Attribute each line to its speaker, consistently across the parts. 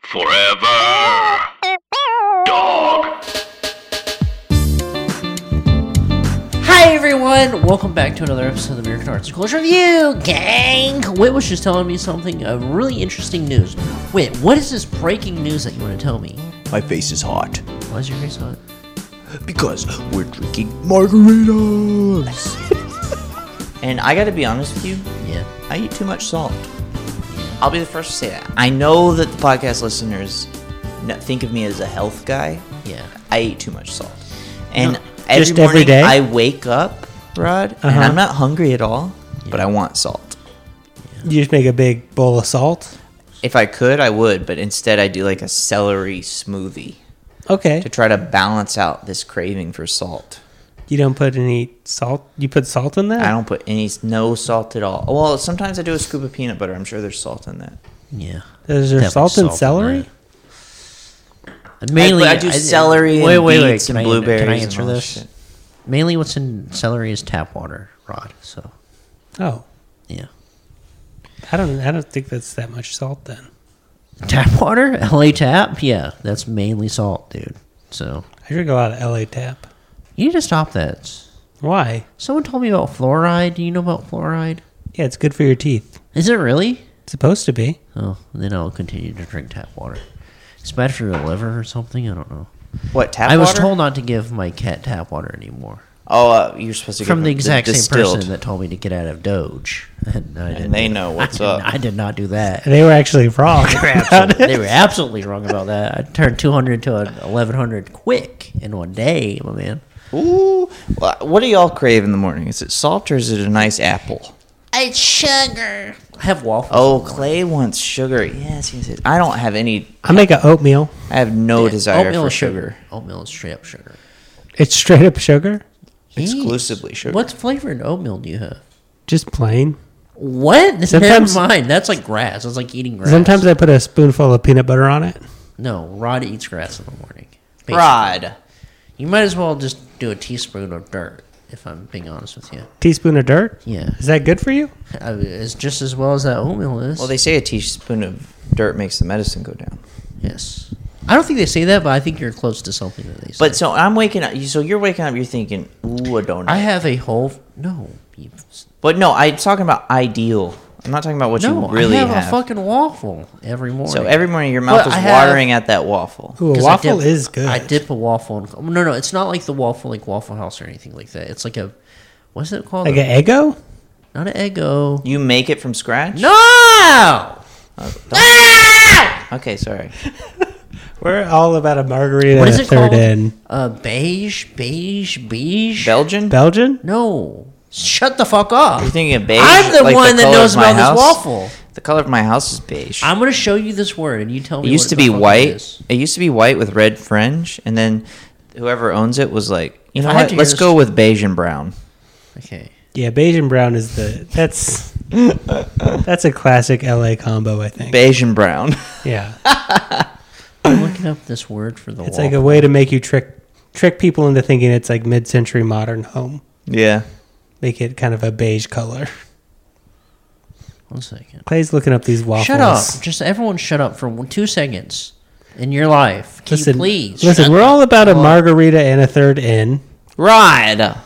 Speaker 1: Forever. Dog.
Speaker 2: Hi everyone, welcome back to another episode of the American Arts and Culture Review, gang! Whit was just telling me something of really interesting news. Whit, what is this breaking news that you want to tell me?
Speaker 3: My face is hot
Speaker 2: Why is your face hot?
Speaker 3: because we're drinking margaritas.
Speaker 4: And I gotta be honest with you,
Speaker 2: Yeah.
Speaker 4: I eat too much salt. I'll be the first to say that. I know that the podcast listeners n- think of me as a health guy.
Speaker 2: Yeah.
Speaker 4: I eat too much salt. And
Speaker 2: No,
Speaker 4: every Uh-huh.
Speaker 5: just every
Speaker 4: morning
Speaker 5: day?
Speaker 4: I wake up, Rod, and I'm not hungry at all, but I want salt.
Speaker 5: You just make a big bowl of salt.
Speaker 4: If I could, I would, but instead I do like a celery smoothie
Speaker 5: Okay.
Speaker 4: to try to balance out this craving for salt.
Speaker 5: You don't put any salt. You put salt in that?
Speaker 4: I don't put any, no salt at all. Well, sometimes I do a scoop of peanut butter. I'm sure there's salt in that.
Speaker 2: Yeah.
Speaker 5: Is there
Speaker 2: Definitely
Speaker 5: salt in
Speaker 2: salt in
Speaker 5: celery?
Speaker 2: And Mainly,
Speaker 4: I, I do celery and beets
Speaker 2: Can
Speaker 4: and
Speaker 2: I-
Speaker 4: blueberries.
Speaker 2: Can I
Speaker 4: and
Speaker 2: answer
Speaker 4: all that
Speaker 2: this?
Speaker 4: shit.
Speaker 2: Mainly, what's in celery is tap water, Rod. So,
Speaker 5: Oh,
Speaker 2: yeah.
Speaker 5: I don't. I don't think that's that much salt then.
Speaker 2: Tap water, LA tap. Yeah, that's mainly salt, dude. So
Speaker 5: I drink a lot of LA Tap.
Speaker 2: you need to stop that.
Speaker 5: Why?
Speaker 2: Someone told me about fluoride. Do you know about fluoride?
Speaker 5: Yeah, it's good for your teeth.
Speaker 2: Is it really?
Speaker 5: It's supposed to be.
Speaker 2: Oh, then I'll continue to drink tap water. It's bad for your liver or something. I don't know.
Speaker 4: What tap
Speaker 2: I was
Speaker 4: water?
Speaker 2: told not to give my cat tap water anymore
Speaker 4: Oh, uh, you're supposed to
Speaker 2: from
Speaker 4: give
Speaker 2: the
Speaker 4: them
Speaker 2: exact same
Speaker 4: distilled.
Speaker 2: person that told me to get out of Doge. And, I didn't
Speaker 4: they
Speaker 2: do-
Speaker 4: know what's
Speaker 2: I did-
Speaker 4: up.
Speaker 2: I did not do that.
Speaker 5: They were actually wrong.
Speaker 2: Absolutely- they were absolutely wrong about that. I turned 200 to a 1100 quick in one day, my man.
Speaker 4: Ooh, Well, what do y'all crave in the morning? Is it salt or is it a nice apple?
Speaker 2: It's sugar. I have waffles.
Speaker 4: Oh, Clay wants sugar. Yes, yes, yes. I don't have any.
Speaker 5: I make a oatmeal.
Speaker 4: I have no desire
Speaker 2: Oatmeal
Speaker 4: for
Speaker 2: is
Speaker 4: sugar.
Speaker 2: Oatmeal is straight up sugar.
Speaker 5: It's straight up sugar,
Speaker 4: Exclusively sugar.
Speaker 2: What flavored oatmeal do you have?
Speaker 5: just plain.
Speaker 2: What? This
Speaker 5: Sometimes-
Speaker 2: Never mind. That's like grass. It's like eating grass.
Speaker 5: Sometimes I put a spoonful of peanut butter on it.
Speaker 2: No, Rod eats grass in the morning. basically.
Speaker 4: Rod.
Speaker 2: You might as well just do a teaspoon of dirt, if I'm being honest with you.
Speaker 5: Teaspoon of dirt.
Speaker 2: Yeah.
Speaker 5: Is that good for you?
Speaker 2: I- It's just as well as that oatmeal is.
Speaker 4: Well, they say a teaspoon of dirt makes the medicine go down.
Speaker 2: yes. I don't think they say that, but I think you're close to something that they say.
Speaker 4: But so I'm waking up. So you're waking up. You're thinking, ooh, a donut.
Speaker 2: I have a whole. No. you-
Speaker 4: but no, I'm talking about ideal. I'm not talking about what
Speaker 2: No,
Speaker 4: you really
Speaker 2: I have, a fucking waffle every morning.
Speaker 4: So every morning your mouth
Speaker 2: But
Speaker 4: is
Speaker 2: I have-
Speaker 4: watering at that waffle.
Speaker 5: Ooh, a
Speaker 2: 'Cause I
Speaker 5: waffle
Speaker 2: dip-
Speaker 5: is good.
Speaker 2: I dip a waffle in. No, no, it's not like the waffle, like Waffle House or anything like that. It's like a. What's it called?
Speaker 5: Like an Eggo?
Speaker 2: not an Eggo.
Speaker 4: You make it from scratch?
Speaker 2: No!
Speaker 5: Uh,
Speaker 2: Ah!
Speaker 4: Okay, sorry.
Speaker 5: We're all about a margarita
Speaker 2: What is it
Speaker 5: third
Speaker 2: called?
Speaker 5: in
Speaker 2: Uh, beige, beige, beige.
Speaker 4: Belgian?
Speaker 5: Belgian.
Speaker 2: no, shut the fuck up.
Speaker 4: You're thinking of beige?
Speaker 2: I'm the
Speaker 4: like
Speaker 2: one that
Speaker 4: color
Speaker 2: knows
Speaker 4: of my
Speaker 2: about this
Speaker 4: house?
Speaker 2: waffle.
Speaker 4: The color of my house is beige.
Speaker 2: I'm gonna show you this word, and you tell me.
Speaker 4: it
Speaker 2: what
Speaker 4: used to
Speaker 2: the
Speaker 4: be
Speaker 2: fuck it
Speaker 4: white.
Speaker 2: is.
Speaker 4: It used to be white with red fringe, and then whoever owns it was like, you know
Speaker 2: I had
Speaker 4: what?
Speaker 2: to
Speaker 4: Let's
Speaker 2: use-
Speaker 4: go with beige and brown.
Speaker 2: Okay.
Speaker 5: Yeah, beige and brown is the that's that's a classic LA combo. I think.
Speaker 4: Beige and brown.
Speaker 5: yeah,
Speaker 2: I'm looking up this word for the
Speaker 5: it's
Speaker 2: waffle.
Speaker 5: like a way to make you trick trick people into thinking it's like mid-century modern home.
Speaker 4: yeah.
Speaker 5: Make it kind of a beige color.
Speaker 2: One second.
Speaker 5: Clay's looking up these waffles.
Speaker 2: Shut up! Just everyone, shut up for one, two seconds in your life. Can
Speaker 5: Listen,
Speaker 2: you please.
Speaker 5: listen.
Speaker 2: shut
Speaker 5: We're
Speaker 2: the
Speaker 5: all about a
Speaker 2: fuck
Speaker 5: margarita and a third in.
Speaker 4: Rod.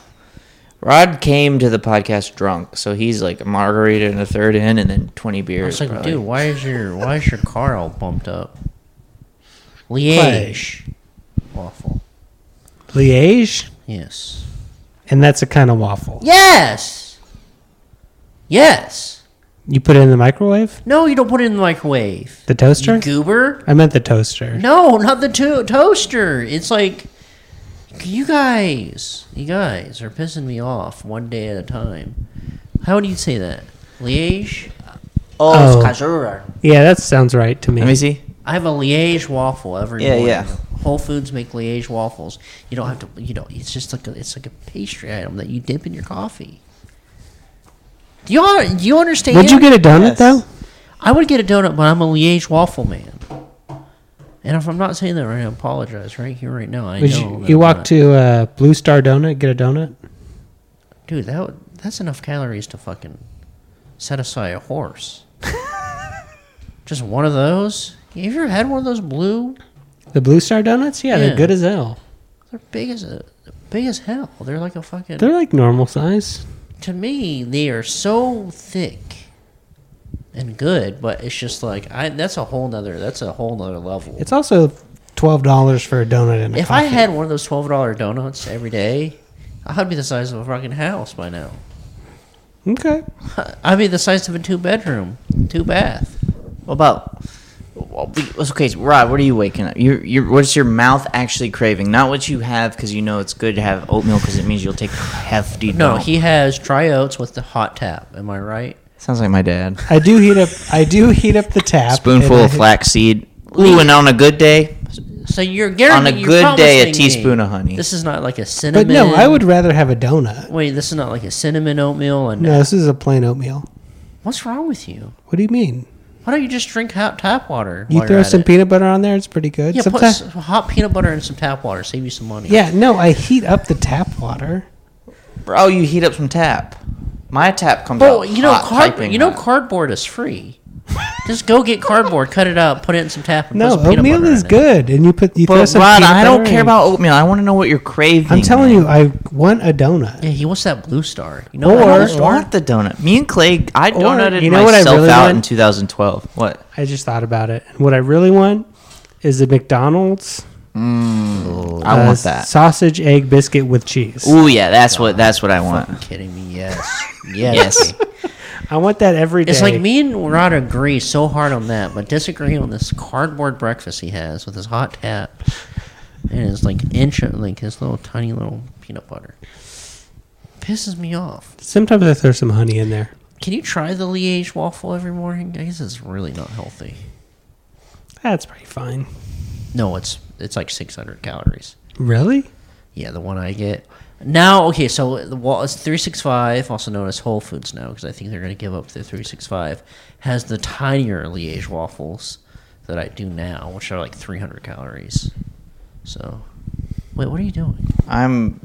Speaker 4: Rod came to the podcast drunk, so he's like a margarita and a third in, and then 20
Speaker 2: I
Speaker 4: beers.
Speaker 2: was like,
Speaker 4: probably.
Speaker 2: dude, why is your why is your car all bumped up? Liege waffle.
Speaker 5: Liège,
Speaker 2: Yes.
Speaker 5: and that's a kind of waffle.
Speaker 2: Yes. Yes.
Speaker 5: You put it in the microwave,
Speaker 2: No, you don't put it in the microwave.
Speaker 5: the toaster.
Speaker 2: You goober.
Speaker 5: I meant the toaster.
Speaker 2: No, not the to- toaster. It's like you guys. You guys are pissing me off one day at a time. How do you say that? Liege.
Speaker 5: Oh. Yeah, that sounds right to me.
Speaker 4: Let me see.
Speaker 2: I have a Liège waffle every
Speaker 4: Yeah,
Speaker 2: morning.
Speaker 4: yeah.
Speaker 2: Whole Foods make Liège waffles. You don't have to. You know, it's just like a, it's like a pastry item that you dip in your coffee. Do you all- do you understand?
Speaker 5: Would you get a
Speaker 4: Yes.
Speaker 5: donut though?
Speaker 2: I would get a donut, but I'm a Liège waffle man. And if I'm not saying that right, I apologize right here, right now. I
Speaker 5: Would
Speaker 2: know
Speaker 5: you,
Speaker 2: that
Speaker 5: you
Speaker 2: I'm
Speaker 5: walk
Speaker 2: not-
Speaker 5: to uh, Blue Star Donut, get a donut?
Speaker 2: dude. That would, that's enough calories to fucking set aside a horse. Just one of those. Have you ever had one of those blue?
Speaker 5: The Blue Star Donuts? Yeah,
Speaker 2: Yeah.
Speaker 5: they're good as hell.
Speaker 2: They're big as a big as hell. They're like a fucking.
Speaker 5: They're like normal size.
Speaker 2: to me, they are so thick and good, but it's just like I. That's a whole nother. That's a whole nother level.
Speaker 5: It's also twelve dollars for a donut and a
Speaker 2: if I
Speaker 5: coffee.
Speaker 2: had one of those twelve dollar donuts every day, I'd be the size of a fucking house by now.
Speaker 5: okay,
Speaker 2: I'd be the size of a two bedroom, two bath.
Speaker 4: What about? well, we- Okay, so Rod, what are you waking up? You're, you're, what's your mouth actually craving? Not what you have because you know it's good to have oatmeal because it means you'll take a hefty.
Speaker 2: No,
Speaker 4: dump.
Speaker 2: he has dry oats with the hot tap. Am I right?
Speaker 4: sounds like my dad.
Speaker 5: I do heat up. I do heat up the tap.
Speaker 4: Spoonful
Speaker 5: and I-
Speaker 4: of flaxseed. Ooh, and on a good day,
Speaker 2: So you're guaranteed
Speaker 4: a
Speaker 2: you're
Speaker 4: good day, a
Speaker 2: promising me
Speaker 4: teaspoon of honey.
Speaker 2: This is not like a
Speaker 5: But
Speaker 2: cinnamon.
Speaker 5: no, I would rather have a donut.
Speaker 2: Wait, this is not like a cinnamon oatmeal. And
Speaker 5: No, this is a plain oatmeal.
Speaker 2: what's wrong with you?
Speaker 5: What do you mean?
Speaker 2: Why don't you just drink hot tap water?
Speaker 5: You
Speaker 2: while you're
Speaker 5: throw
Speaker 2: at
Speaker 5: some
Speaker 2: it?
Speaker 5: peanut butter on there; it's pretty good.
Speaker 2: Yeah, put
Speaker 5: Sometimes-
Speaker 2: some hot peanut butter and some tap water. Save you some money.
Speaker 5: yeah. No, I heat up the tap water.
Speaker 4: bro. You heat up some tap. My tap comes
Speaker 2: Bro,
Speaker 4: out.
Speaker 2: you know,
Speaker 4: hot,
Speaker 2: card-
Speaker 4: piping
Speaker 2: you know,
Speaker 4: hot.
Speaker 2: cardboard is free. Just go get cardboard, cut it up, put it in some tap. And
Speaker 5: No,
Speaker 2: put some peanut
Speaker 5: oatmeal
Speaker 2: butter
Speaker 5: is
Speaker 2: in it.
Speaker 5: good, and you put you throw
Speaker 4: But
Speaker 5: some
Speaker 4: Rod,
Speaker 5: peanut
Speaker 4: I don't
Speaker 5: butter
Speaker 4: care
Speaker 5: in.
Speaker 4: about oatmeal. I want to know what you're craving.
Speaker 5: I'm telling
Speaker 4: man.
Speaker 5: you, I want a donut.
Speaker 2: Yeah, he wants that blue star. You know,
Speaker 5: Or-
Speaker 4: I
Speaker 2: that blue
Speaker 4: don't
Speaker 2: star?
Speaker 4: want the donut. Me and Clay, I
Speaker 5: Or,
Speaker 4: donuted
Speaker 5: you know what I
Speaker 4: myself
Speaker 5: really
Speaker 4: out in
Speaker 5: want?
Speaker 4: 2012. What?
Speaker 5: I just thought about it. What I really want is a McDonald's
Speaker 4: I
Speaker 5: uh,
Speaker 4: want that.
Speaker 5: sausage egg biscuit with cheese.
Speaker 4: Ooh, yeah, that's what that's what I want.
Speaker 2: kidding me? Yes, yes.
Speaker 4: Yes.
Speaker 5: I want that every day.
Speaker 2: It's like me and Rod agree so hard on that, but disagree on this cardboard breakfast he has with his hot tap and his like inch like his little tiny little peanut butter. Pisses me off.
Speaker 5: Sometimes I throw some honey in there.
Speaker 2: Can you try the Liège waffle every morning? I guess it's really not healthy.
Speaker 5: That's pretty fine.
Speaker 2: No, it's it's like 600 calories.
Speaker 5: Really?
Speaker 2: Yeah, the one I get now. Okay, so the wall is three six five, also known as Whole Foods now, because I think they're going to give up the three six five. Has the tinier Liège waffles that I do now, which are like three hundred calories. So, wait, what are you doing?
Speaker 4: I'm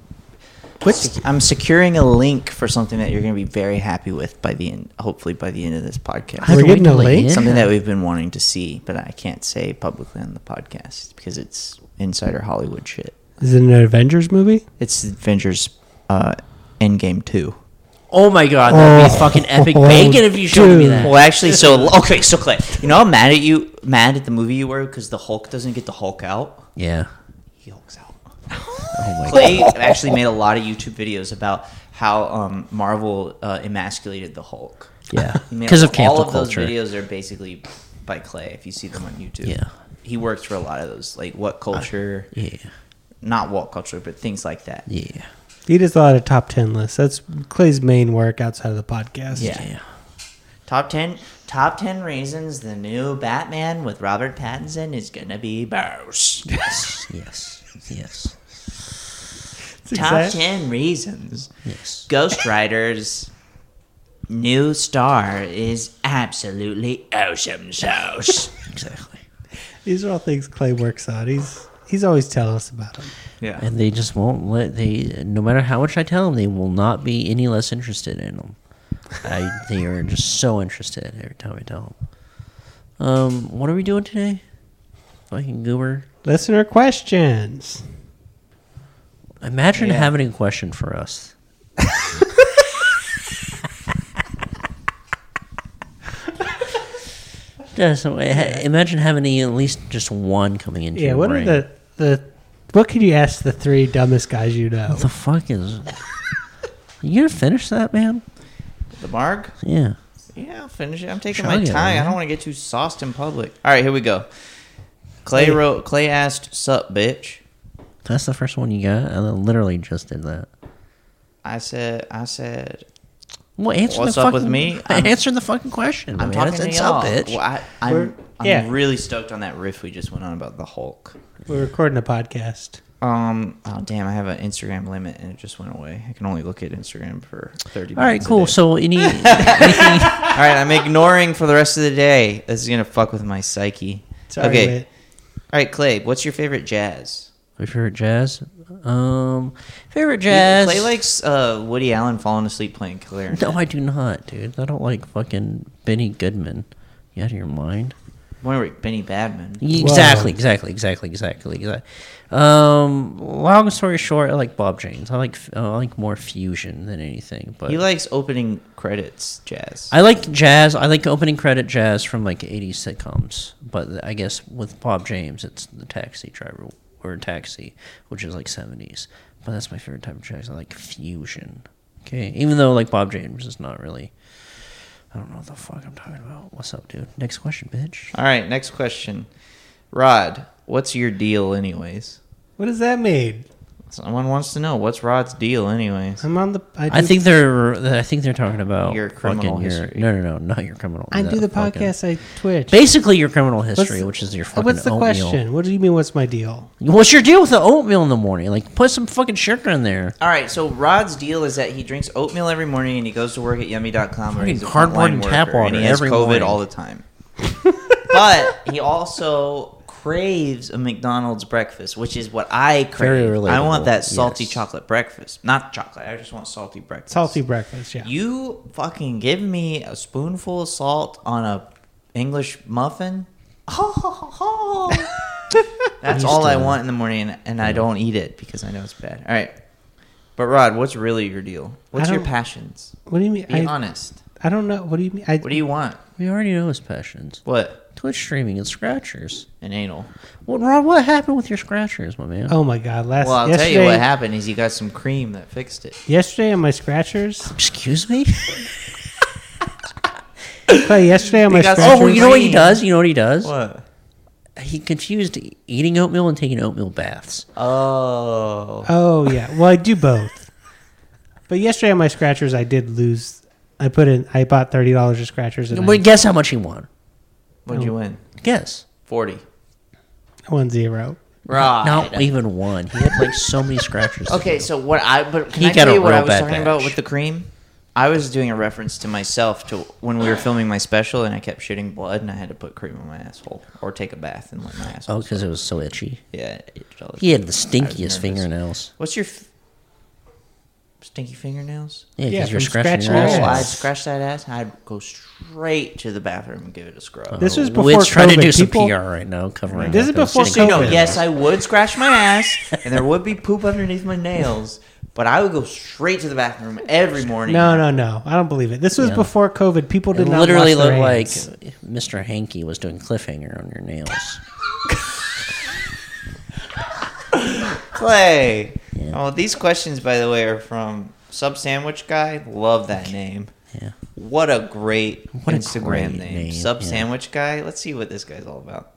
Speaker 4: sec- I'm securing a link for something that you're going to be very happy with by the end, hopefully by the end of this podcast.
Speaker 5: We're
Speaker 2: Have to wait
Speaker 5: getting a
Speaker 2: till the
Speaker 5: link?
Speaker 2: end?
Speaker 4: Something that we've been wanting to see, but I can't say publicly on the podcast because it's insider Hollywood shit.
Speaker 5: Is it an Avengers movie?
Speaker 4: It's Avengers uh, Endgame 2.
Speaker 2: Oh my god, that'd be fucking epic
Speaker 5: Oh,
Speaker 2: bacon if you showed me
Speaker 5: dude.
Speaker 2: that.
Speaker 4: Well, actually, so okay, so Clay, you know how mad at you, mad at the movie you were because the Hulk doesn't get the Hulk out.
Speaker 2: Yeah.
Speaker 4: He hulks out.
Speaker 2: Oh my god.
Speaker 4: Clay actually made a lot of YouTube videos about how um, Marvel uh, emasculated the Hulk.
Speaker 2: Yeah.
Speaker 4: He made-
Speaker 2: Because of
Speaker 4: all
Speaker 2: cancel
Speaker 4: of those
Speaker 2: culture.
Speaker 4: videos are basically by Clay. If you see them on YouTube,
Speaker 2: Yeah.
Speaker 4: he works for a lot of those, like what culture,
Speaker 2: Yeah.
Speaker 4: not what culture, but things like that.
Speaker 2: Yeah.
Speaker 5: He does a lot of top ten lists. That's Clay's main work outside of the podcast.
Speaker 4: Yeah.
Speaker 2: Yeah.
Speaker 4: Top ten, top ten reasons the new Batman with Robert Pattinson is gonna be boss.
Speaker 2: Yes. Yes.
Speaker 5: It's
Speaker 4: top
Speaker 5: exact-
Speaker 4: ten reasons.
Speaker 2: Yes.
Speaker 4: Ghost Rider's new star is absolutely awesome sauce.
Speaker 2: Exactly.
Speaker 5: These are all things Clay works on. He's he's always telling us about them.
Speaker 4: yeah.
Speaker 2: and they just won't let they no matter how much i tell them they will not be any less interested in them I, they are just so interested every time i tell them um what are we doing today fucking goober
Speaker 5: Listener questions.
Speaker 2: imagine having a question for us Yeah, so uh, imagine having at least just one coming into
Speaker 5: Yeah.
Speaker 2: your
Speaker 5: What
Speaker 2: brain.
Speaker 5: are the the what could you ask the three dumbest guys you know?
Speaker 2: the fuck is? you gonna finish that, man?
Speaker 4: The Marg?
Speaker 2: Yeah.
Speaker 4: Yeah, I'll finish it. I'm taking
Speaker 2: Chug
Speaker 4: my
Speaker 2: it,
Speaker 4: time. I
Speaker 2: man.
Speaker 4: don't want to get too sauced in public. All right, here we go. Clay wrote. Clay asked, "Sup, bitch."
Speaker 2: That's the first one you got. I literally just did that.
Speaker 4: I said. I said.
Speaker 2: Well, answer
Speaker 4: What's
Speaker 2: the
Speaker 4: up
Speaker 2: fucking,
Speaker 4: with me? I'm-
Speaker 2: answer the fucking question.
Speaker 4: I'm
Speaker 2: man.
Speaker 4: talking
Speaker 2: It's-
Speaker 4: to
Speaker 2: it's
Speaker 4: y'all.
Speaker 2: up, bitch.
Speaker 4: Well, I, I'm. I'm
Speaker 5: Yeah.
Speaker 4: really stoked on that riff we just went on about the Hulk.
Speaker 5: We're recording a podcast.
Speaker 4: Um. Oh damn! I have an Instagram limit and it just went away. I can only look at Instagram for thirty.
Speaker 2: All right,
Speaker 4: minutes a
Speaker 2: cool.
Speaker 4: day.
Speaker 2: So any,
Speaker 4: All right, I'm ignoring for the rest of the day. This is gonna fuck with my psyche.
Speaker 5: Sorry,
Speaker 4: okay.
Speaker 5: Whit.
Speaker 4: All right, Clay. What's your favorite jazz?
Speaker 2: my favorite jazz. Um, favorite
Speaker 4: Yeah,
Speaker 2: jazz.
Speaker 4: Clay likes uh, Woody Allen falling asleep playing clarinet.
Speaker 2: No, I do not, dude. I don't like fucking Benny Goodman. You out of your mind?
Speaker 4: More like Benny Badman.
Speaker 2: Exactly, exactly, exactly, exactly, exactly. Um, long story short, I like Bob James. I like f- uh, I like more fusion than anything. But
Speaker 4: He likes opening credits jazz.
Speaker 2: I like jazz. I like opening credit jazz from like '80s sitcoms. But I guess with Bob James, it's the Taxi Driver or Taxi, which is like '70s. But that's my favorite type of jazz. I like fusion. Okay, even though like Bob James is not really. I don't know what the fuck I'm talking about. What's up, dude? Next question, bitch.
Speaker 4: All right, next question. Rod, what's your deal, anyways?
Speaker 5: What does that mean?
Speaker 4: Someone wants to know what's Rod's deal, anyways.
Speaker 5: I'm on the. do-
Speaker 2: I think they're. I think they're talking about
Speaker 4: Your criminal
Speaker 2: fucking your-
Speaker 4: history.
Speaker 2: no, no, no, not your criminal.
Speaker 5: I do the
Speaker 2: fucking-
Speaker 5: podcast. I Twitch.
Speaker 2: Basically, your criminal
Speaker 5: What's-
Speaker 2: history, which is your fucking
Speaker 5: What's the
Speaker 2: oatmeal.
Speaker 5: question? What do you mean? What's my deal?
Speaker 2: What's your deal with the oatmeal in the morning? Like, put some fucking sugar in there.
Speaker 4: All right, so Rod's deal is that he drinks oatmeal every morning and he goes to work at yummy.com where
Speaker 2: Fucking
Speaker 4: he's a
Speaker 2: cardboard
Speaker 4: frontline
Speaker 2: and
Speaker 4: worker
Speaker 2: tap water
Speaker 4: and he has
Speaker 2: every
Speaker 4: COVID
Speaker 2: morning.
Speaker 4: all the time. but he also craves a McDonald's breakfast, which is what I crave.
Speaker 2: Very
Speaker 4: I want
Speaker 2: relatable,
Speaker 4: that salty
Speaker 2: yes.
Speaker 4: chocolate breakfast. Not chocolate, I just want salty breakfast.
Speaker 5: Salty breakfast. Yeah.
Speaker 4: You fucking give me a spoonful of salt on a English muffin. That's all I want in the morning, and, and I don't eat it because I know it's bad. All right, but Rod, what's really your deal? What's your
Speaker 5: don't-
Speaker 4: passions?
Speaker 5: what do you mean?
Speaker 4: Be
Speaker 5: I,
Speaker 4: honest.
Speaker 5: I don't know. What do you mean? I,
Speaker 4: What do you want?
Speaker 2: We already know his passions.
Speaker 4: What?
Speaker 2: Twitch streaming and scratchers.
Speaker 4: An anal.
Speaker 2: What, Rob? What happened with your scratchers, my man?
Speaker 5: Oh my god! Last
Speaker 4: Well, I'll
Speaker 5: yesterday,
Speaker 4: tell you what happened is you got some cream that fixed it.
Speaker 5: yesterday on my scratchers.
Speaker 2: Excuse me.
Speaker 5: Clay, yesterday on my
Speaker 4: Because-
Speaker 5: scratchers.
Speaker 2: oh, you know what he
Speaker 4: Green.
Speaker 2: does? You know what he does?
Speaker 4: What?
Speaker 2: He confused eating oatmeal and taking oatmeal baths.
Speaker 4: Oh.
Speaker 5: Oh yeah. Well, I do both. but yesterday on my scratchers, I did lose. I put in. I bought thirty dollars of scratchers and I,
Speaker 2: But guess how much he won?
Speaker 4: What'd you win?
Speaker 2: Guess.
Speaker 4: Forty.
Speaker 5: I won zero.
Speaker 4: Rod.
Speaker 2: Not even one. He had like so many scratchers. to
Speaker 4: Okay,
Speaker 2: do.
Speaker 4: so what I but can
Speaker 2: He
Speaker 4: I
Speaker 2: got
Speaker 4: tell
Speaker 2: a
Speaker 4: you what I
Speaker 2: real
Speaker 4: was
Speaker 2: bad
Speaker 4: talking about
Speaker 2: batch.
Speaker 4: with the cream? I was doing a reference to myself to when we were filming my special, and I kept shitting blood, and I had to put cream on my asshole or take a bath and let my asshole.
Speaker 2: Oh, because it was so itchy.
Speaker 4: Yeah, it itched all the
Speaker 2: He had the
Speaker 4: I was nervous.
Speaker 2: stinkiest fingernails.
Speaker 4: What's your f- stinky fingernails?
Speaker 2: Yeah,
Speaker 5: Yeah,
Speaker 2: because you're
Speaker 5: from
Speaker 2: scratching your
Speaker 5: scratching
Speaker 2: ass.
Speaker 5: your
Speaker 4: Oh, I'd
Speaker 5: ass.
Speaker 4: scratch that ass. and I'd go straight to the bathroom and give it a scrub.
Speaker 5: This was
Speaker 2: Well,
Speaker 5: before
Speaker 2: Whit's
Speaker 5: COVID.
Speaker 2: Oh, trying to do some
Speaker 5: People-
Speaker 2: PR right now, covering.
Speaker 5: This
Speaker 2: up
Speaker 5: is
Speaker 2: those
Speaker 5: before
Speaker 2: stinky
Speaker 4: So you know,
Speaker 5: COVID.
Speaker 2: fingernails.
Speaker 4: yes, I would scratch my ass, and there would be poop underneath my nails, but I would go straight to the bathroom every morning.
Speaker 5: No, no, no. I don't believe it. This was
Speaker 2: Yeah.
Speaker 5: before COVID. People did
Speaker 2: It
Speaker 5: not
Speaker 2: literally
Speaker 5: wash their
Speaker 2: looked like
Speaker 5: hands.
Speaker 2: Mr. Hanky was doing cliffhanger on your nails.
Speaker 4: Clay. Oh, these questions, by the way, are from Sub Sandwich Guy. Love that name.
Speaker 2: Yeah.
Speaker 4: What a great
Speaker 2: What a
Speaker 4: Instagram
Speaker 2: great
Speaker 4: name.
Speaker 2: name,
Speaker 4: Sub
Speaker 2: yeah.
Speaker 4: Sandwich Guy. Let's see what this guy's all about.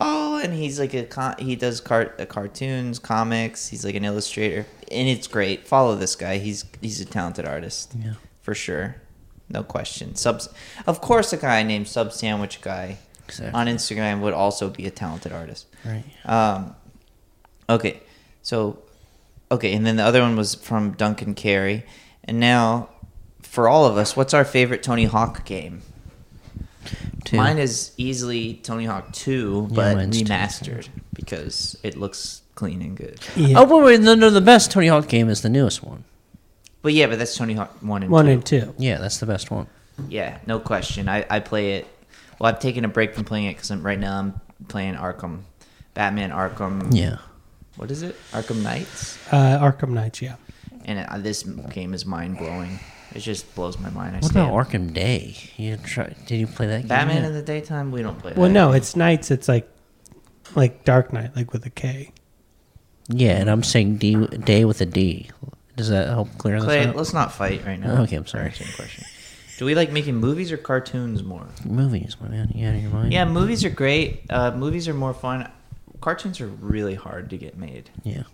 Speaker 4: Oh, and he's like a con- he does car- uh, cartoons, comics. He's like an illustrator, and it's great. Follow this guy. He's he's a talented artist.
Speaker 2: Yeah.
Speaker 4: For sure. No question. Subs of course a guy named Sub Sandwich Guy
Speaker 2: Exactly.
Speaker 4: on Instagram would also be a talented artist.
Speaker 2: Right.
Speaker 4: Um, okay, so okay, and then the other one was from Duncan Carey, and now for all of us, what's our favorite Tony Hawk game?
Speaker 2: Two.
Speaker 4: Mine is easily Tony Hawk Two,
Speaker 2: Yeah,
Speaker 4: but
Speaker 2: mine's two.
Speaker 4: remastered because it looks clean and good.
Speaker 5: Yeah.
Speaker 2: Oh wait, wait, no, no. The best Tony Hawk game is the newest one.
Speaker 4: But yeah, but that's Tony Hawk One and
Speaker 5: one
Speaker 4: Two.
Speaker 5: and two.
Speaker 2: Yeah, that's the best one.
Speaker 4: Yeah, no question. I, I play it. Well, I've taken a break from playing it because right now I'm playing Arkham, Batman Arkham.
Speaker 2: Yeah.
Speaker 4: What is it? Arkham Knights.
Speaker 5: Uh, Arkham Knights. Yeah.
Speaker 4: and uh, this game is mind blowing. It just blows my mind. I
Speaker 2: What
Speaker 4: stay
Speaker 2: about
Speaker 4: up.
Speaker 2: Arkham Day? You try, did you play that game?
Speaker 4: Batman in the daytime? We don't play.
Speaker 5: Well,
Speaker 4: that.
Speaker 5: no, it's nights. It's like like Dark Knight, like with a K.
Speaker 2: Yeah, and I'm saying D, day with a D. Does that help clear
Speaker 4: Clay,
Speaker 2: this up?
Speaker 4: let's not fight right now.
Speaker 2: Okay, I'm sorry.
Speaker 4: Same question. Do we like making movies or cartoons more?
Speaker 2: Movies, my man. You out of your mind?
Speaker 4: Yeah, movies are great. Uh, movies are more fun. Cartoons are really hard to get made,
Speaker 2: Yeah.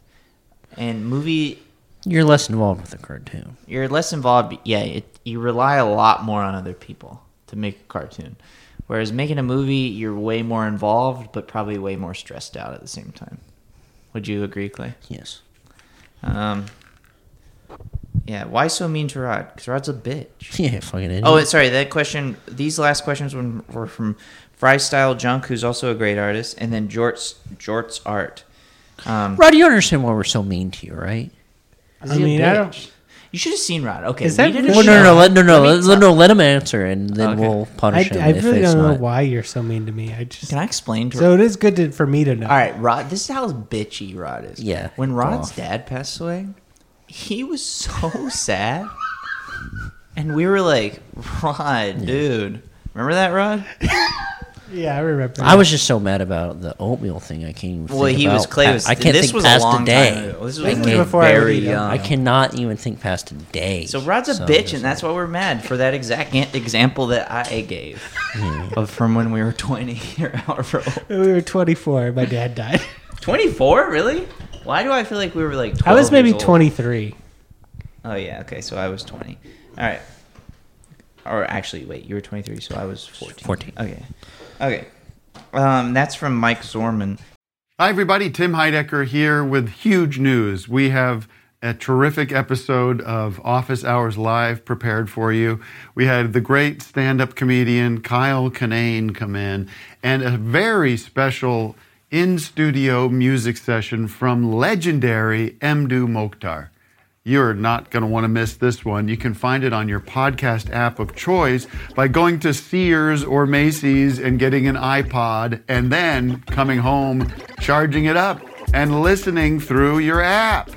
Speaker 4: and movie
Speaker 2: You're less involved with the cartoon.
Speaker 4: you're less involved. but Yeah, it, you rely a lot more on other people to make a cartoon. Whereas making a movie, you're way more involved, but probably way more stressed out at the same time. Would you agree, Clay?
Speaker 2: Yes.
Speaker 4: Um, yeah. Why so mean to Rod? Because Rod's a bitch.
Speaker 2: Yeah, fucking idiot.
Speaker 4: Oh, and sorry. That question. These last questions were- were from Fry Style Junk, who's also a great artist, and then Jorts Jorts Art. Um,
Speaker 2: Rod, you understand why we're so mean to you, right?
Speaker 5: I mean, I don't.
Speaker 4: You should have seen Rod. Okay.
Speaker 5: Is that
Speaker 4: we did a
Speaker 5: really-
Speaker 2: Well, no, no,
Speaker 4: show.
Speaker 2: no, let, no, no,
Speaker 4: I mean,
Speaker 2: let, no, no, let him answer, and then
Speaker 4: Okay.
Speaker 2: we'll
Speaker 5: I,
Speaker 2: punish him
Speaker 5: I
Speaker 2: if
Speaker 5: really
Speaker 2: it's
Speaker 5: don't know
Speaker 2: not.
Speaker 5: why you're so mean to me. I just
Speaker 4: Can I explain to
Speaker 5: so it is good to, for me to know.
Speaker 4: All right, Rod. This is how bitchy Rod is.
Speaker 2: Yeah,
Speaker 4: When
Speaker 2: go
Speaker 4: Rod's
Speaker 2: off.
Speaker 4: dad passed away, he was so sad, and we were like, "Rod, dude, remember that, Rod?"
Speaker 5: Yeah, I remember.
Speaker 2: I was just so mad about the oatmeal thing. I can't even.
Speaker 4: Well,
Speaker 2: think
Speaker 4: he
Speaker 2: about
Speaker 4: was Clay.
Speaker 2: pa-
Speaker 4: Was,
Speaker 2: I can't
Speaker 4: this
Speaker 2: think
Speaker 4: was
Speaker 2: past
Speaker 4: a long
Speaker 2: a day.
Speaker 4: Time ago. This
Speaker 5: This
Speaker 4: was
Speaker 5: was
Speaker 4: when he was
Speaker 5: before I would
Speaker 4: very
Speaker 5: eat
Speaker 4: young.
Speaker 5: up.
Speaker 2: I cannot even think past a day.
Speaker 4: So Rod's a
Speaker 2: So
Speaker 4: bitch,
Speaker 2: just-
Speaker 4: and that's why we're mad for that exact an- example that I gave of from when we were twenty or however old.
Speaker 5: we were 24. My dad died.
Speaker 4: Twenty-four, really? Why do I feel like we were like? 12
Speaker 5: I was maybe
Speaker 4: years old?
Speaker 5: 23.
Speaker 4: Oh yeah, okay. So I was 20. All right. Or actually, wait, you were 23, so I was 14.
Speaker 2: 14.
Speaker 4: Okay. Okay. Um, that's from Mike Zorman.
Speaker 6: Hi, everybody. Tim Heidecker here with huge news. We have a terrific episode of Office Hours Live prepared for you. We had the great stand up comedian Kyle Kinane come in and a very special in studio music session from legendary Mdu Mokhtar. You're not going to want to miss this one. You can find it on your podcast app of choice by going to Sears or Macy's and getting an iPod and then coming home, charging it up, and listening through your app.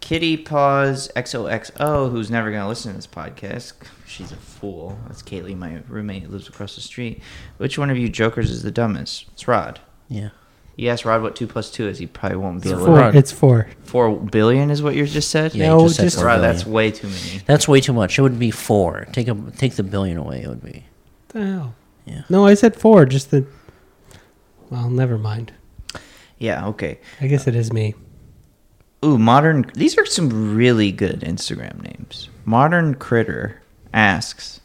Speaker 4: Kitty Paws XOXO, who's never going to listen to this podcast. She's a fool. That's Kaylee, my roommate who lives across the street. Which one of you jokers is the dumbest? It's Rod.
Speaker 2: yeah.
Speaker 4: You ask Rod what 2 plus 2 is, he probably won't be able to.
Speaker 5: Four. It's four.
Speaker 4: 4 billion is what you just said?
Speaker 2: Yeah,
Speaker 5: No,
Speaker 2: he just said
Speaker 5: just-
Speaker 2: four
Speaker 4: Rod,
Speaker 2: billion.
Speaker 4: that's way too many.
Speaker 2: that's way too much. It would be four. Take a take the billion away. It would be.
Speaker 5: What the hell?
Speaker 2: Yeah.
Speaker 5: No, I said four. Just the. Well, never mind.
Speaker 4: Yeah, okay.
Speaker 5: I guess it is me.
Speaker 4: Ooh, modern. These are some really good Instagram names. Modern Critter asks,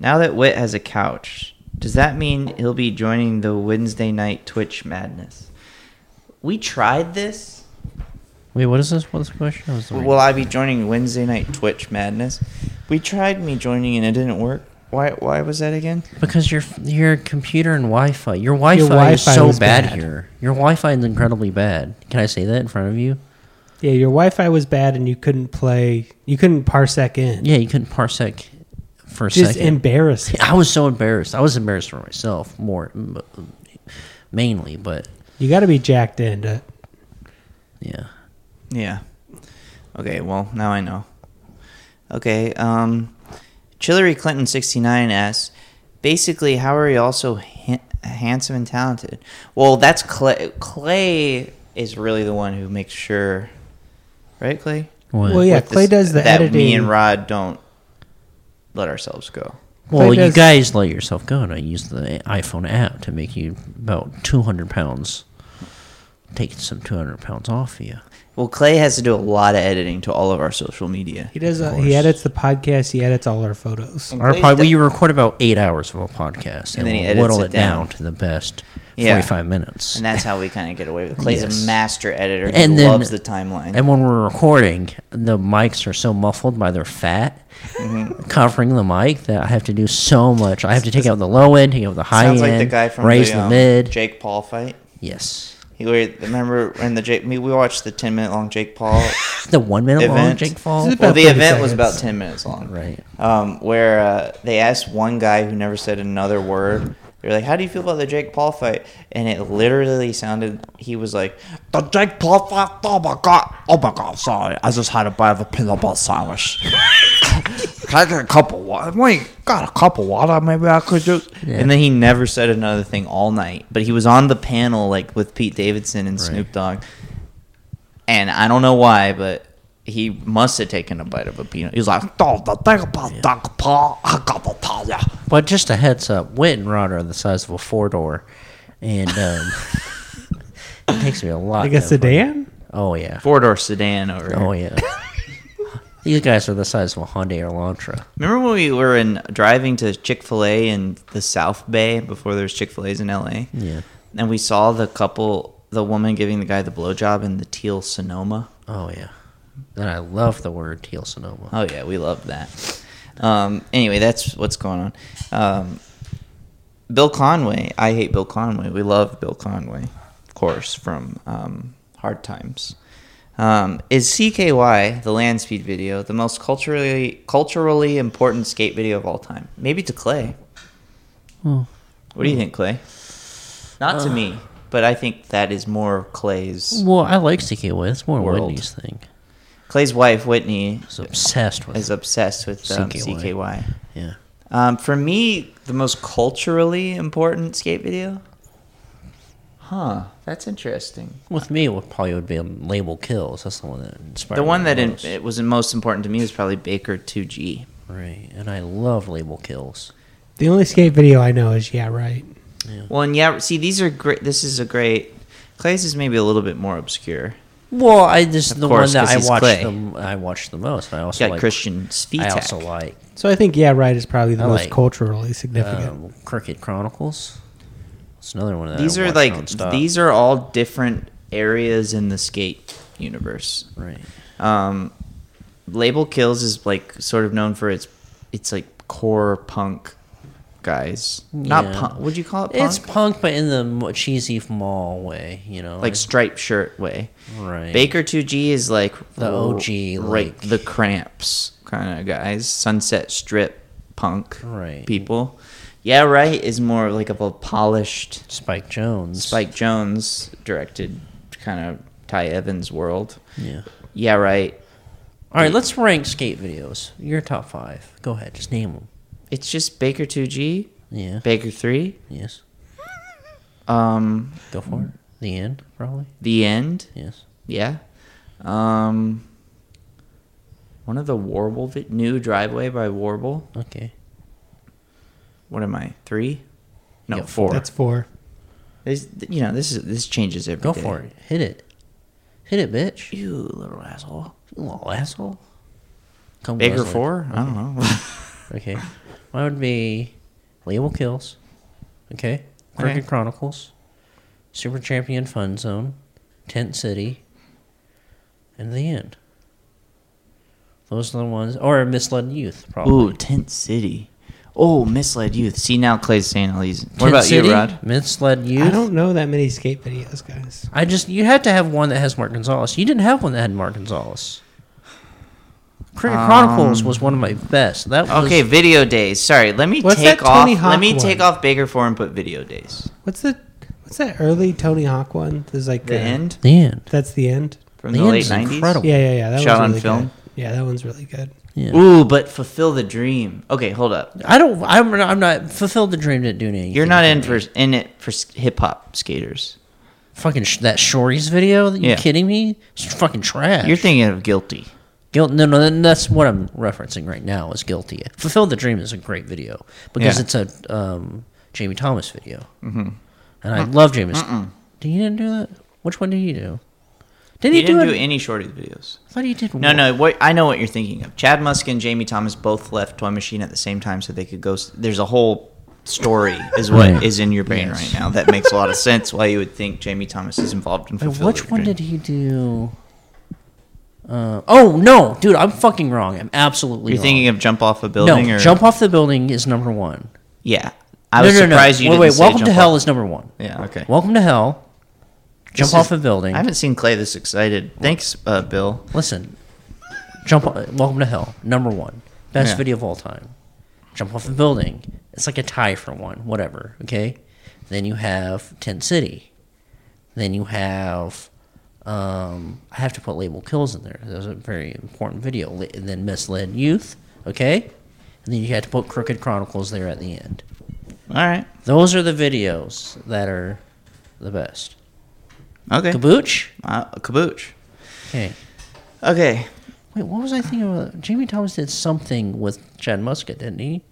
Speaker 4: now that Wit has a couch, does that mean he'll be joining the Wednesday night Twitch madness? We tried this.
Speaker 2: Wait, what is this? What is the question? What was the
Speaker 4: Will I be joining Wednesday night Twitch madness? We tried me joining and it didn't work. Why? Why was that again?
Speaker 2: Because your your computer and Wi-Fi, your Wi-Fi, is
Speaker 5: Wi-Fi
Speaker 2: so
Speaker 5: was
Speaker 2: bad,
Speaker 5: bad.
Speaker 2: here. Your Wi-Fi is incredibly bad. Can I say that in front of you?
Speaker 5: Yeah, your Wi-Fi was bad, and you couldn't play. You couldn't parsec in.
Speaker 2: Yeah, you couldn't parsec for a
Speaker 5: just
Speaker 2: second.
Speaker 5: embarrassing.
Speaker 2: I was so embarrassed. I was embarrassed for myself more, m- mainly, but
Speaker 5: You got to be jacked in. To,
Speaker 2: yeah.
Speaker 4: Yeah. Okay, well, now I know. Okay, um, Chillery Clinton 69 asks, basically, how are you all so ha- handsome and talented? Well, that's Clay. Clay is really the one who makes sure, right, Clay?
Speaker 2: What?
Speaker 5: well, yeah,
Speaker 4: With
Speaker 5: Clay
Speaker 4: this-
Speaker 5: does the
Speaker 4: that
Speaker 5: editing.
Speaker 4: me and Rod don't let ourselves go.
Speaker 2: Well,
Speaker 5: Clay
Speaker 2: you
Speaker 5: does-
Speaker 2: guys let yourself go, and I use the iPhone app to make you about two hundred pounds. Take some two hundred pounds off of you.
Speaker 4: Well, Clay has to do a lot of editing to all of our social media.
Speaker 5: he does. Uh, he edits the podcast. He edits all our photos.
Speaker 4: And
Speaker 2: Our
Speaker 4: Clay's
Speaker 2: pod,
Speaker 4: the-
Speaker 2: we record about eight hours of a podcast, and,
Speaker 4: And then he
Speaker 2: we'll
Speaker 4: edits
Speaker 2: whittle
Speaker 4: it
Speaker 2: it down.
Speaker 4: down.
Speaker 2: to the best
Speaker 4: Yeah.
Speaker 2: forty-five minutes.
Speaker 4: and that's how we kind of get away with it. Clay's
Speaker 2: Yes.
Speaker 4: a master editor. He
Speaker 2: And then-
Speaker 4: loves the timeline.
Speaker 2: And when we're recording, the mics are so muffled by their fat
Speaker 4: Mm-hmm.
Speaker 2: covering the mic that I have to do so much. I have to take out the low end, take out the high
Speaker 4: Sounds
Speaker 2: end,
Speaker 4: like the guy from
Speaker 2: raise
Speaker 4: the,
Speaker 2: the,
Speaker 4: um,
Speaker 2: mid.
Speaker 4: Jake Paul fight.
Speaker 2: yes.
Speaker 4: He were- remember when the Jake me we watched the ten minute long Jake Paul.
Speaker 2: The one minute long
Speaker 4: Event.
Speaker 2: Jake Paul.
Speaker 5: This is
Speaker 4: well,
Speaker 5: About
Speaker 4: the
Speaker 5: 30
Speaker 4: event was
Speaker 5: seconds.
Speaker 4: about ten minutes long,
Speaker 2: Right.
Speaker 4: Um, where uh, they asked one guy who never said another word. They're like, "How do you feel about the Jake Paul fight?" And it literally sounded. He was like,
Speaker 7: The Jake Paul fight? Oh my god. Oh my god, sorry. I just had a bite of a peanut butter sandwich. Can I get a cup of water? Wait, got a cup of water? Maybe I could just.
Speaker 4: and then he never said another thing all night. But he was on the panel like with Pete Davidson and Snoop Dogg. And I don't know why, but he must have taken a bite of a peanut. He was like,
Speaker 7: Oh, the thing about Jake Paul, I gotta tell ya.
Speaker 2: But just a heads up, Wit and Rod are the size of a four door, and um, it takes me a lot.
Speaker 5: Like a
Speaker 2: to-
Speaker 5: sedan?
Speaker 2: Oh yeah.
Speaker 4: Four door sedan over. here.
Speaker 2: Oh yeah. These guys are the size of a Hyundai Elantra.
Speaker 4: Remember when we were in driving to Chick Fil A in the South Bay before there was Chick Fil A's in L.A.
Speaker 2: Yeah.
Speaker 4: and we saw the couple, the woman giving the guy the blowjob in the teal Sonoma.
Speaker 2: Oh yeah. And I love the word teal Sonoma.
Speaker 4: Oh yeah, we love that. Um, anyway, that's what's going on. Um, Bill Conway, I hate Bill Conway. We love Bill Conway, of course, from um, Hard Times. Um, is CKY the land speed video the most culturally culturally important skate video of all time? Maybe to Clay. What do you think, Clay? Not to me, but I think that is more Clay's.
Speaker 2: Well, I like CKY. That's more
Speaker 4: World.
Speaker 2: Whitney's thing.
Speaker 4: Clay's wife Whitney
Speaker 2: I was obsessed with.
Speaker 4: is
Speaker 2: It.
Speaker 4: obsessed with um,
Speaker 2: CKY.
Speaker 4: CKY.
Speaker 2: Yeah.
Speaker 4: Um, for me, the most culturally important skate video. Huh, that's interesting.
Speaker 2: With me, it would probably would be um, Label Kills. That's the one that inspired.
Speaker 4: The one
Speaker 2: me
Speaker 4: that
Speaker 2: the
Speaker 4: in,
Speaker 2: most.
Speaker 4: it was most important to me was probably Baker 2G.
Speaker 2: right, and I love Label Kills.
Speaker 5: The only skate video I know is Yeah Right.
Speaker 4: Well, and yeah, see, these are great. This is a great. Clay's is maybe a little bit more obscure.
Speaker 2: Well, I just the
Speaker 4: course,
Speaker 2: one that
Speaker 4: 'cause
Speaker 2: I
Speaker 4: he's
Speaker 2: watched
Speaker 4: Clay.
Speaker 2: the I watched the most. And I also
Speaker 4: Got
Speaker 2: like
Speaker 4: Christian
Speaker 2: I
Speaker 4: Spitek.
Speaker 2: also like
Speaker 5: So I think Yeah Right is probably the
Speaker 2: I
Speaker 5: most
Speaker 2: like,
Speaker 5: culturally
Speaker 4: uh,
Speaker 5: significant.
Speaker 2: um, Cricket Chronicles. It's another one of
Speaker 4: these are like these are all different areas in the skate universe.
Speaker 2: Right.
Speaker 4: Um, Label Kills is like sort of known for its it's like core punk guys. Not
Speaker 2: Yeah.
Speaker 4: punk. Would you call it punk?
Speaker 2: It's punk, but in the mo- cheesy mall way, you know.
Speaker 4: like striped shirt way.
Speaker 2: right.
Speaker 4: Baker 2G is like
Speaker 2: The OG,
Speaker 4: right?
Speaker 2: like-
Speaker 4: the Cramps kind of guys, Sunset Strip punk
Speaker 2: Right.
Speaker 4: people. Yeah, right is more like of a polished
Speaker 2: Spike Jones.
Speaker 4: Spike Jones directed kind of Ty Evans world.
Speaker 2: Yeah.
Speaker 4: Yeah, right.
Speaker 2: All right, let's rank skate videos. Your top five. Go ahead, just name them.
Speaker 4: It's just Baker 2G,
Speaker 2: Yeah.
Speaker 4: Baker 3,
Speaker 2: yes.
Speaker 4: um,
Speaker 2: Go for it. The end, probably.
Speaker 4: The End.
Speaker 2: Yes.
Speaker 4: Yeah. Um, one of the Warble vi- new driveway by Warble.
Speaker 2: Okay.
Speaker 4: What am I? Three? No,
Speaker 2: Yeah,
Speaker 4: four.
Speaker 5: That's four.
Speaker 4: This, you know, this is this changes every
Speaker 2: Go
Speaker 4: day.
Speaker 2: for it. Hit it. Hit it, bitch. You
Speaker 4: You little asshole.
Speaker 2: little asshole. Come
Speaker 4: Baker
Speaker 2: Leslie.
Speaker 4: four? I don't know.
Speaker 2: Okay. Mine would be Label Kills. Okay. Crooked
Speaker 4: Okay.
Speaker 2: Chronicles. Super Champion Fun Zone. Tent City. And the end. Those are the ones. Or Misled Youth, probably.
Speaker 4: Ooh, Tent City. Oh, misled youth. See now, Clay's saying all these. What
Speaker 2: Tent
Speaker 4: about
Speaker 2: City,
Speaker 4: you, Rod?
Speaker 2: Misled Youth.
Speaker 5: I don't know that many skate videos, guys.
Speaker 2: I just you had to have one that has Mark Gonzalez. You didn't have one that had Mark Gonzalez. Cricket Chronicles was one of my best. That was
Speaker 4: Um, Okay, video days. Sorry, let me
Speaker 5: What's
Speaker 4: take
Speaker 5: that Tony
Speaker 4: off. Let
Speaker 5: Hawk
Speaker 4: me
Speaker 5: one?
Speaker 4: take off Baker four and put video days.
Speaker 5: What's the what's that early Tony Hawk one? There's like
Speaker 4: The
Speaker 5: uh,
Speaker 4: end
Speaker 2: the end.
Speaker 5: That's the end.
Speaker 4: from
Speaker 2: The
Speaker 4: the,
Speaker 2: End
Speaker 4: late
Speaker 2: is
Speaker 4: nineties.
Speaker 2: incredible.
Speaker 5: Yeah, yeah, yeah. That
Speaker 4: Shot
Speaker 5: one's
Speaker 4: on
Speaker 5: really
Speaker 4: film?
Speaker 5: Good. Yeah, that one's really good.
Speaker 2: Yeah.
Speaker 4: Ooh, but fulfill the dream. Okay, hold up.
Speaker 2: I don't. I'm not. I'm not fulfilled the dream didn't do anything.
Speaker 4: You're not
Speaker 2: for
Speaker 4: in
Speaker 2: me.
Speaker 4: for in it for hip hop skaters.
Speaker 2: fucking sh- that Shorty's video. Are you
Speaker 4: Yeah.
Speaker 2: kidding me? It's fucking trash.
Speaker 4: You're thinking of guilty.
Speaker 2: Guilt. No, no. then That's what I'm referencing right now. Is guilty. Fulfilled the dream is a great video because
Speaker 4: Yeah.
Speaker 2: it's a um, Jamie Thomas video, mm-hmm. and I love Jamie. Did you didn't do that? Which one did you do? Did
Speaker 4: You
Speaker 2: he do
Speaker 4: didn't
Speaker 2: it?
Speaker 4: do any shorties videos.
Speaker 2: I thought he did.
Speaker 4: No,
Speaker 2: one.
Speaker 4: no. What I know what you're thinking of. Chad Musk and Jamie Thomas both left Toy Machine at the same time, so they could go. s- There's a whole story is what is
Speaker 2: Right.
Speaker 4: in your brain
Speaker 2: Yes.
Speaker 4: right now that makes a lot of sense. Why you would think Jamie Thomas is involved in
Speaker 2: Wait,
Speaker 4: fulfilling
Speaker 2: which one did he do? Uh, oh no, dude, I'm fucking wrong. I'm absolutely.
Speaker 4: You're
Speaker 2: wrong.
Speaker 4: thinking of jump off a
Speaker 2: no,
Speaker 4: building or
Speaker 2: jump off the building is number one.
Speaker 4: Yeah, I was
Speaker 2: no, no,
Speaker 4: surprised
Speaker 2: no.
Speaker 4: you
Speaker 2: Wait,
Speaker 4: didn't
Speaker 2: wait.
Speaker 4: say
Speaker 2: Welcome
Speaker 4: jump
Speaker 2: to
Speaker 4: off-
Speaker 2: hell is number one.
Speaker 4: Yeah, okay.
Speaker 2: Welcome to hell. Jump
Speaker 4: This
Speaker 2: off
Speaker 4: is-
Speaker 2: a building.
Speaker 4: I haven't seen Clay this excited. Thanks, uh, Bill.
Speaker 2: Listen, jump. o- Welcome to hell. Number one, best
Speaker 4: Yeah.
Speaker 2: video of all time. Jump off a building. It's like a tie for one. Whatever. Okay. Then you have Tent City. Then you have. Um, I have to put label kills in there. That was a very important video. Li- And then misled youth. Okay. And then you had to put Crooked Chronicles there at the end.
Speaker 4: All right.
Speaker 2: Those are the videos that are the best.
Speaker 4: Okay.
Speaker 2: Kabooch.
Speaker 4: Uh, kabooch.
Speaker 2: Okay.
Speaker 4: Okay.
Speaker 2: Wait, what was I thinking about? Jamie Thomas did something with Chad Muska, didn't he?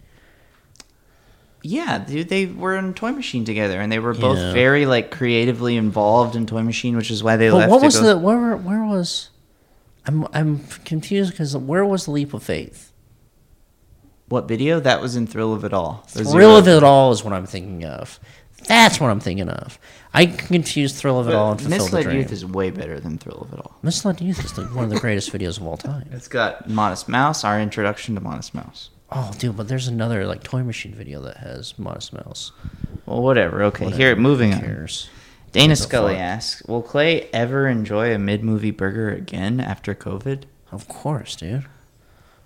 Speaker 4: Yeah, dude, they were in Toy Machine together, and they were both
Speaker 2: Yeah.
Speaker 4: very like creatively involved in Toy Machine, which is why they
Speaker 2: But
Speaker 4: left.
Speaker 2: what
Speaker 4: to
Speaker 2: was
Speaker 4: go-
Speaker 2: the where were- where was? I'm I'm confused because where was the leap of faith?
Speaker 4: what video? That was in Thrill of It All. The
Speaker 2: Thrill
Speaker 4: zero-
Speaker 2: of It All is what I'm thinking of. That's what I'm thinking of. I confuse Thrill of It All and Fulfill the
Speaker 4: Misled
Speaker 2: Dream.
Speaker 4: Youth is way better than Thrill of It All.
Speaker 2: Misled Youth is like one of the greatest videos of all time.
Speaker 4: It's got Modest Mouse, our introduction to Modest Mouse.
Speaker 2: Oh, dude, but there's another like Toy Machine video that has Modest Mouse.
Speaker 4: Well, whatever. Okay, here, moving
Speaker 2: Who
Speaker 4: on.
Speaker 2: cares?
Speaker 4: Dana
Speaker 2: the
Speaker 4: Scully
Speaker 2: fuck?
Speaker 4: asks, "Will Clay ever enjoy a mid-movie burger again after COVID?"
Speaker 2: Of course, dude.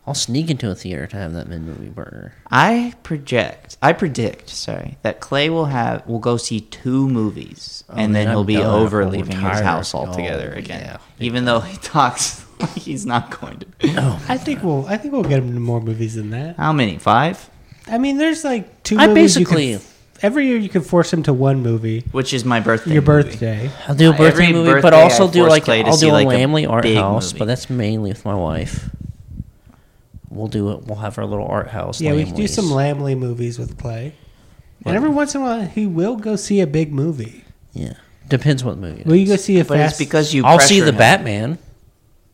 Speaker 2: I'll sneak into a theater to have that mid movie burger.
Speaker 4: I project, I predict, sorry, that Clay will have will go see two movies, and
Speaker 2: Oh, man,
Speaker 4: then he'll
Speaker 2: I'm
Speaker 4: be
Speaker 2: done.
Speaker 4: over
Speaker 2: I'm
Speaker 4: leaving his
Speaker 2: tired.
Speaker 4: house
Speaker 2: Oh,
Speaker 4: altogether again.
Speaker 2: yeah.
Speaker 4: even though he talks like he's not going to.
Speaker 5: I think we'll I think we'll get him to more movies than that.
Speaker 4: How many? Five,
Speaker 5: I mean, there's like two.
Speaker 2: I
Speaker 5: movies you can-
Speaker 2: basically-
Speaker 5: every year you can force him to one movie.
Speaker 4: which is my birthday.
Speaker 5: Your
Speaker 4: movie.
Speaker 5: birthday.
Speaker 2: I'll do a
Speaker 4: Uh, Every
Speaker 2: birthday movie, but
Speaker 4: birthday
Speaker 2: also
Speaker 4: I
Speaker 2: do
Speaker 4: force
Speaker 2: like
Speaker 4: Clay to
Speaker 2: I'll
Speaker 4: see,
Speaker 2: do a
Speaker 4: like, a
Speaker 2: Lamley art
Speaker 4: big
Speaker 2: house,
Speaker 4: movie.
Speaker 2: but that's mainly with my wife. We'll do it. We'll have our little art house.
Speaker 5: Yeah, we can do
Speaker 2: Lamleys.
Speaker 5: some Lamley movies with Clay. And every once in a while, he will go see a big movie.
Speaker 2: Yeah, depends what movie. it
Speaker 5: Will you
Speaker 2: is.
Speaker 5: go see a
Speaker 4: But
Speaker 5: fast?
Speaker 4: it's because you.
Speaker 2: I'll see
Speaker 4: pressure
Speaker 2: the
Speaker 4: him.
Speaker 2: Batman.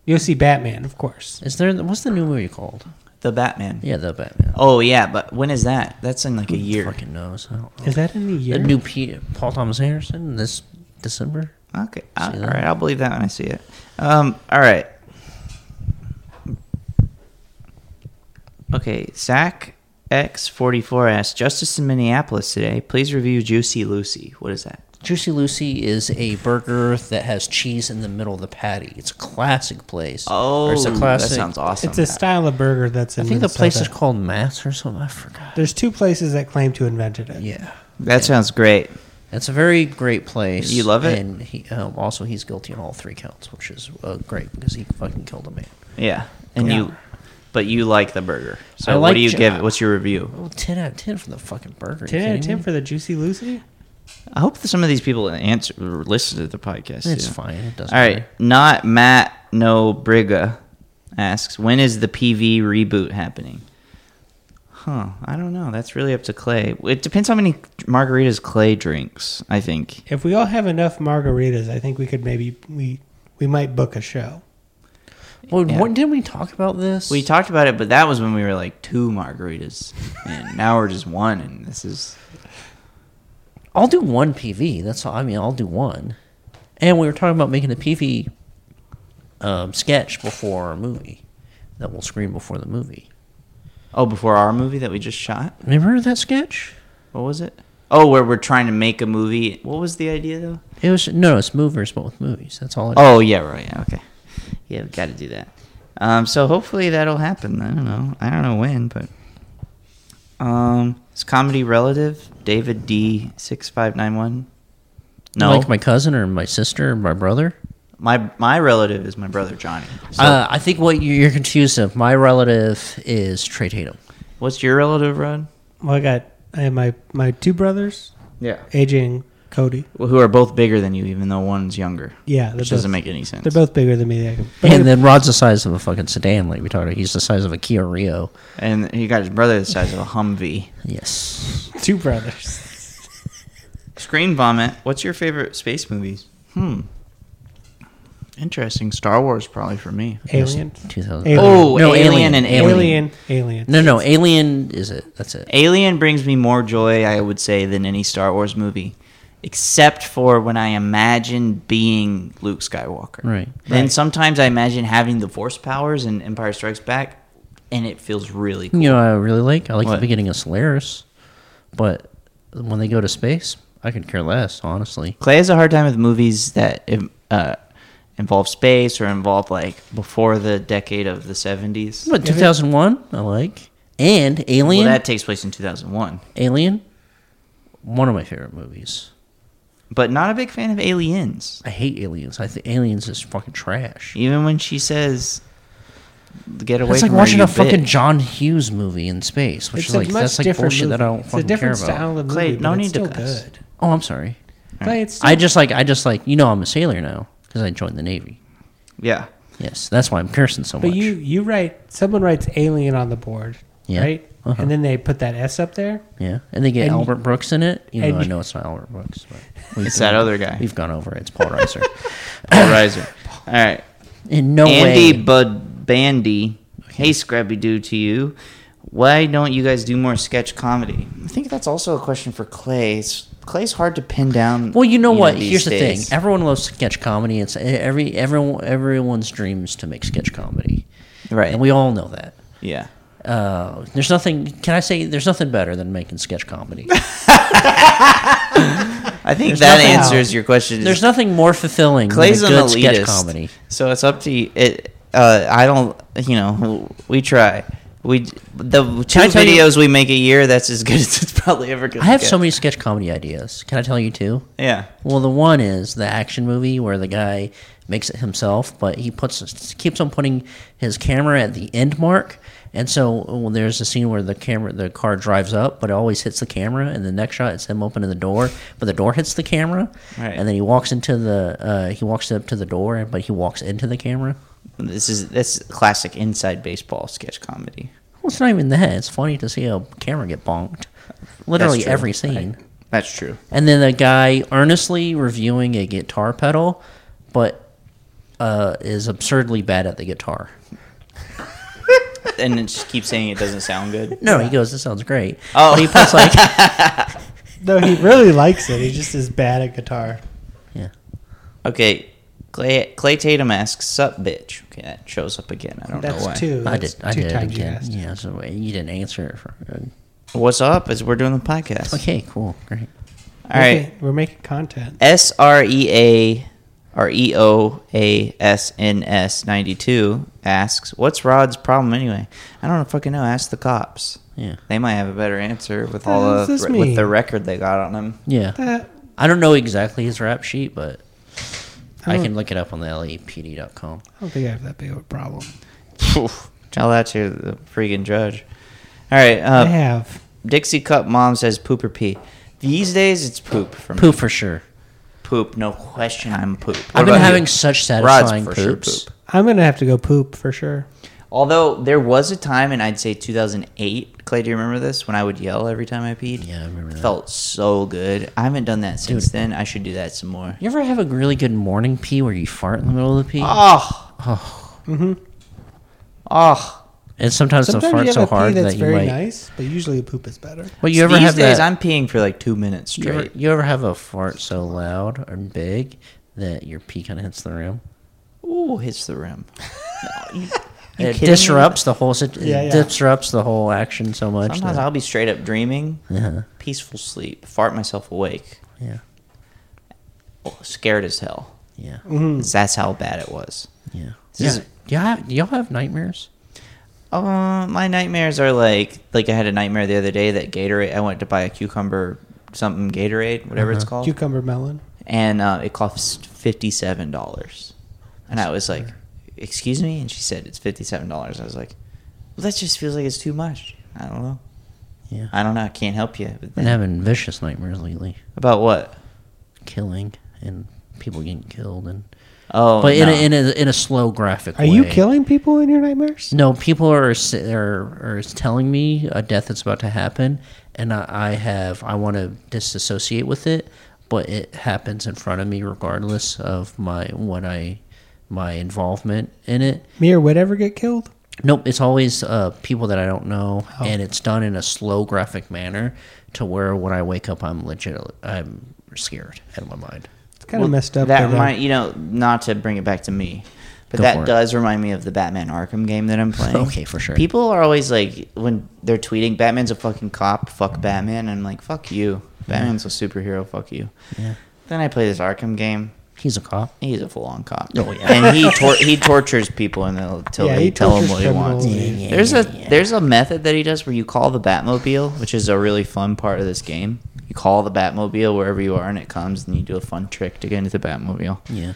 Speaker 5: you'll see Batman, of course.
Speaker 2: Is there what's the new movie called?
Speaker 4: The Batman.
Speaker 2: Yeah, the Batman.
Speaker 4: Oh yeah, but when is that? That's in like a year.
Speaker 2: Fucking knows. I don't know.
Speaker 5: Is that in the year?
Speaker 2: The new P- Paul Thomas Anderson this December.
Speaker 4: Okay.
Speaker 2: See
Speaker 4: all
Speaker 2: that?
Speaker 4: right. I'll believe that when I see it. Um, all right. Okay. Zach X44 asks Justice in Minneapolis today. Please review Juicy Lucy. What is that?
Speaker 2: Juicy Lucy is a burger that has cheese in the middle of the patty. It's a classic place. Or it's a classic.
Speaker 4: Oh, that sounds awesome.
Speaker 5: it's a style of burger that's in.
Speaker 2: I think the place is
Speaker 5: Minnesota.
Speaker 2: called Mass or something. I forgot.
Speaker 5: There's two places that claim to invented it.
Speaker 2: Yeah.
Speaker 4: that sounds great.
Speaker 2: It's a very great place.
Speaker 4: You love it?
Speaker 2: and he, um, also he's guilty on all three counts, which is uh, great because he fucking killed a man.
Speaker 4: Yeah. And you, but you like the burger. So
Speaker 2: I
Speaker 4: what
Speaker 2: like
Speaker 4: do you
Speaker 2: Ju-
Speaker 4: give it? What's your review?
Speaker 2: Oh, 10 out of ten for the fucking burger.
Speaker 5: Ten out of ten for the Juicy Lucy.
Speaker 4: I hope that some of these people answer or listen to the podcast.
Speaker 2: It's
Speaker 4: too.
Speaker 2: fine. It doesn't.
Speaker 4: All right,
Speaker 2: matter.
Speaker 4: not Matt No Briga asks when is the PV reboot happening? Huh? I don't know. That's really up to Clay. It depends how many margaritas Clay drinks. I think.
Speaker 5: If we all have enough margaritas, I think we could maybe we we might book a show.
Speaker 2: Well,
Speaker 4: Yeah.
Speaker 2: what, didn't we talk about this?
Speaker 4: We talked about it, but that was when we were like two margaritas, and now we're just one. And this is
Speaker 2: I'll do one PV. That's all. I mean, I'll do one. And we were talking about making a PV um, sketch before our movie that we'll screen before the movie.
Speaker 4: oh, before our movie that we just shot.
Speaker 2: Remember that sketch?
Speaker 4: What was it? Oh, where we're trying to make a movie. What was the idea though?
Speaker 2: It was no, it's movers, but with movies. That's all. It
Speaker 4: Oh yeah, right. Yeah, okay. Yeah, got to do that. Um, so hopefully that'll happen. I don't know. I don't know when, but um, it's comedy relative. David D six five nine one. No,
Speaker 2: Like my
Speaker 4: my,
Speaker 2: cousin or my sister or my brother.
Speaker 4: my relative is my brother Johnny. So
Speaker 2: Uh, I think what you- you're confused of. My relative is Trey Tatum.
Speaker 4: what's your relative, Rod?
Speaker 5: Well, I got I have my my two brothers,
Speaker 4: Yeah,
Speaker 5: AJ and Cody.
Speaker 4: well, who are both bigger than you, even though one's younger.
Speaker 5: Yeah, they're
Speaker 4: which doesn't
Speaker 5: both-
Speaker 4: make any sense.
Speaker 5: They're both bigger than me.
Speaker 2: And then Rod's the size of a fucking sedan, like we talked about. He's the size of a Kia Rio.
Speaker 4: and he got his brother the size of a Humvee.
Speaker 2: Yes.
Speaker 5: two brothers.
Speaker 4: Screen vomit. What's your favorite space movies? Hmm. Interesting. Star Wars probably for me.
Speaker 5: Alien.
Speaker 2: 2000.
Speaker 5: Alien.
Speaker 4: Oh, Alien and Alien.
Speaker 5: Alien. Alien.
Speaker 2: No, no, Alien is it. That's it.
Speaker 4: Alien brings me more joy, I would say, than any Star Wars movie, except for when I imagine being Luke Skywalker.
Speaker 2: Right.
Speaker 4: Then sometimes I imagine having the Force powers in Empire Strikes Back, and it feels really cool.
Speaker 2: You know, what I really like. I like
Speaker 4: What?
Speaker 2: the beginning of Solaris, but when they go to space, I could care less, honestly.
Speaker 4: Clay has a hard time with movies that im- uh, involve space or involve like before the decade of the seventies.
Speaker 2: But 2001, I like, and
Speaker 4: Well,
Speaker 2: Alien.
Speaker 4: that takes place in two thousand one.
Speaker 2: Alien, one of my favorite movies.
Speaker 4: But not a big fan of Aliens.
Speaker 2: I hate aliens. I think aliens is fucking trash.
Speaker 4: Even when she says, "Get away
Speaker 2: It's like
Speaker 4: from her,
Speaker 2: watching
Speaker 4: you
Speaker 2: a fucking
Speaker 4: bitch."
Speaker 2: John Hughes movie in space, which
Speaker 5: It's
Speaker 2: is like
Speaker 5: a much
Speaker 2: that's like
Speaker 5: different
Speaker 2: bullshit
Speaker 5: movie.
Speaker 2: that I don't
Speaker 5: it's a
Speaker 2: fucking
Speaker 5: different
Speaker 2: care about.
Speaker 5: style of movie,
Speaker 4: Clay, no
Speaker 5: but
Speaker 4: need
Speaker 5: it's still
Speaker 4: to cuss.
Speaker 5: good.
Speaker 2: Oh, I'm sorry.
Speaker 5: Clay, it's still
Speaker 2: I just like I just like you know I'm a sailor now because I joined the navy.
Speaker 4: Yeah.
Speaker 2: Yes, that's why I'm cursing so
Speaker 5: But
Speaker 2: much.
Speaker 5: you you write someone writes alien on the board,
Speaker 2: Yeah. Uh-huh.
Speaker 5: right? and then they put that S up there.
Speaker 2: Yeah, and they get
Speaker 5: And-
Speaker 2: Albert Brooks in it. You know,
Speaker 5: and-
Speaker 2: I know it's not Albert Brooks, but we've
Speaker 4: It's that
Speaker 2: gone-
Speaker 4: other guy.
Speaker 2: We've gone over it. It's Paul Reiser.
Speaker 4: Paul Reiser. All right.
Speaker 2: In no
Speaker 4: Andy
Speaker 2: way.
Speaker 4: Bud Bandy. Hey, Scrappy Doo to you. Why don't you guys do more sketch comedy? I think that's also a question for Clay. It's- Clay's hard to pin down.
Speaker 2: Well, you know what?
Speaker 4: these
Speaker 2: Here's the thing.
Speaker 4: days.
Speaker 2: Everyone loves sketch comedy. It's every everyone everyone's dreams to make sketch comedy,
Speaker 4: Right.
Speaker 2: and we all know that.
Speaker 4: yeah.
Speaker 2: Uh, there's nothing. Can I say there's nothing better than making sketch comedy?
Speaker 4: I think
Speaker 2: There's
Speaker 4: that
Speaker 2: nothing-
Speaker 4: answers your question.
Speaker 2: there's nothing more fulfilling
Speaker 4: Clay's
Speaker 2: than
Speaker 4: an
Speaker 2: a good sketch
Speaker 4: elitist.
Speaker 2: comedy.
Speaker 4: So it's up to you. It, uh, I don't, you know, we try. We the two
Speaker 2: I tell you-
Speaker 4: videos we make a year. That's as good as it's probably ever going.
Speaker 2: I have so many sketch comedy ideas. Can I tell you too?
Speaker 4: Yeah.
Speaker 2: Well, the one is the action movie where the guy makes it himself, but he puts keeps on putting his camera at the end mark. And so well, there's a scene where the camera, the car drives up, but it always hits the camera. And the next shot, it's him opening the door, but the door hits the camera.
Speaker 4: Right.
Speaker 2: And then he walks into the uh, he walks up to the door, but he walks into the camera.
Speaker 4: This is that's classic inside baseball sketch comedy.
Speaker 2: Well, it's not even that. It's funny to see a camera get bonked. Literally
Speaker 4: true.
Speaker 2: every scene.
Speaker 4: That's true.
Speaker 2: And then a guy earnestly reviewing a guitar pedal, but uh, is absurdly bad at the guitar.
Speaker 4: And it just keeps saying it doesn't sound good.
Speaker 2: No, he goes, "This sounds great."
Speaker 4: Oh.
Speaker 2: but he puts like,
Speaker 5: No, he really likes it. He just is bad at guitar.
Speaker 2: yeah,
Speaker 4: Okay. Clay, Clay Tatum asks, "Sup, bitch." Okay, that shows up again. I don't know
Speaker 5: That's
Speaker 4: why.
Speaker 5: two.
Speaker 2: I
Speaker 5: That's
Speaker 2: did, I
Speaker 5: two
Speaker 2: did it
Speaker 5: times you
Speaker 2: again.
Speaker 5: asked.
Speaker 2: Yeah, so you didn't answer it. For,
Speaker 4: What's up? Is we're doing the podcast.
Speaker 2: okay, cool, great.
Speaker 4: All right.
Speaker 5: Okay, we're making content.
Speaker 4: S R E A or E O A S N S 92 asks, What's Rod's problem anyway? I don't fucking know. Ask the cops.
Speaker 2: Yeah,
Speaker 4: They might have a better answer with
Speaker 5: the
Speaker 4: all
Speaker 5: hell does
Speaker 4: the
Speaker 5: this
Speaker 4: with the
Speaker 5: mean?
Speaker 4: record they got on him.
Speaker 2: yeah.
Speaker 5: That
Speaker 2: I don't know exactly his rap sheet, but I,
Speaker 4: Oh.
Speaker 2: can look it up on the E LAPD.com.
Speaker 5: I don't think I have that big of a problem.
Speaker 4: Tell that to the freaking judge. All right.
Speaker 5: I
Speaker 4: Uh,
Speaker 5: have.
Speaker 4: Dixie Cup Mom says poop or pee. These days it's poop for me.
Speaker 2: Poop for sure.
Speaker 4: Poop, no question. I'm poop.
Speaker 2: I've
Speaker 4: What
Speaker 2: been
Speaker 4: about
Speaker 2: having
Speaker 4: you?
Speaker 2: such
Speaker 4: Rod's
Speaker 2: satisfying
Speaker 4: for sure
Speaker 2: poops.
Speaker 4: poop.
Speaker 5: I'm gonna have to go poop for sure.
Speaker 4: Although there was a time, and I'd say 2008. Clay, do you remember this? When I would yell every time I peed.
Speaker 2: Yeah, I remember that.
Speaker 4: felt so good. I haven't done that since then. I should do that some more.
Speaker 2: You ever have a really good morning pee where you fart in the middle of the pee?
Speaker 4: Oh. Oh.
Speaker 2: and sometimes,
Speaker 5: Sometimes
Speaker 2: the
Speaker 5: you
Speaker 2: fart
Speaker 5: have
Speaker 2: so
Speaker 5: a pee
Speaker 2: hard
Speaker 5: that's
Speaker 2: that you
Speaker 5: very
Speaker 2: might.
Speaker 5: nice, but usually a poop is better.
Speaker 2: Well, you ever
Speaker 4: These
Speaker 2: have
Speaker 4: days,
Speaker 2: that?
Speaker 4: I'm peeing for like two minutes
Speaker 2: you,
Speaker 4: straight.
Speaker 2: ever, you ever have a fart so loud and big that your pee kind of hits the rim?
Speaker 4: Ooh, hits the rim.
Speaker 2: It disrupts the whole. sit-
Speaker 5: Yeah,
Speaker 2: it
Speaker 5: yeah.
Speaker 2: disrupts the whole action so much.
Speaker 4: Sometimes
Speaker 2: that-
Speaker 4: I'll be straight up dreaming,
Speaker 2: Yeah.
Speaker 4: peaceful sleep, fart myself awake,
Speaker 2: yeah,
Speaker 4: oh, scared as hell.
Speaker 2: yeah,
Speaker 5: Mm-hmm.
Speaker 4: 'Cause That's how bad it was.
Speaker 2: yeah.
Speaker 4: This
Speaker 2: yeah.
Speaker 4: is-
Speaker 2: Do y'all have, do y'all have nightmares?
Speaker 4: Uh, my nightmares are like like I had a nightmare the other day that Gatorade. I went to buy a cucumber something Gatorade, whatever
Speaker 2: Uh-huh.
Speaker 4: it's called.
Speaker 5: Cucumber melon.
Speaker 4: and uh, it cost fifty-seven dollars. And I was like, "Excuse me," and she said, "It's fifty-seven dollars." I was like, "Well, that just feels like it's too much." I don't know.
Speaker 2: Yeah, I've
Speaker 4: I don't know. I can't help you. But
Speaker 2: been
Speaker 4: then,
Speaker 2: having vicious nightmares lately.
Speaker 4: about what?
Speaker 2: Killing and people getting killed, and
Speaker 4: Oh,
Speaker 2: but in
Speaker 4: no.
Speaker 2: a, in a in a slow graphic.
Speaker 5: Are you
Speaker 2: way.
Speaker 5: killing people in your nightmares?
Speaker 2: No, people are s- are, are telling me a death that's about to happen, and I, I have I want to disassociate with it, but it happens in front of me regardless of my what I my involvement in it.
Speaker 5: Me or would ever get killed?
Speaker 2: Nope, it's always uh, people that I don't know, and it's done in a slow graphic manner to where when I wake up, I'm legit I'm scared out of my mind.
Speaker 5: It's kind of messed up.
Speaker 4: That
Speaker 5: but, uh,
Speaker 4: remind you know not to bring it back to me, but
Speaker 2: Go for
Speaker 4: that
Speaker 2: it.
Speaker 4: does remind me of the Batman Arkham game that I'm playing.
Speaker 2: Okay, for sure.
Speaker 4: People are always like when they're tweeting, "Batman's a fucking cop. Fuck Batman." I'm like, "Fuck you. Batman's a superhero. Fuck you."
Speaker 2: Yeah,
Speaker 4: Then I play this Arkham game.
Speaker 2: he's a cop.
Speaker 4: He's a full-on cop.
Speaker 2: Oh, yeah.
Speaker 4: and he tor- he tortures people and they'll till
Speaker 5: Yeah,
Speaker 4: they
Speaker 5: he
Speaker 4: tell him
Speaker 5: tortures
Speaker 4: what he wants.
Speaker 5: criminals.
Speaker 2: Yeah,
Speaker 4: There's a there's a method that he does where you call the Batmobile, which is a really fun part of this game. You call the Batmobile wherever you are, and it comes, and you do a fun trick to get into the Batmobile.
Speaker 2: Yeah,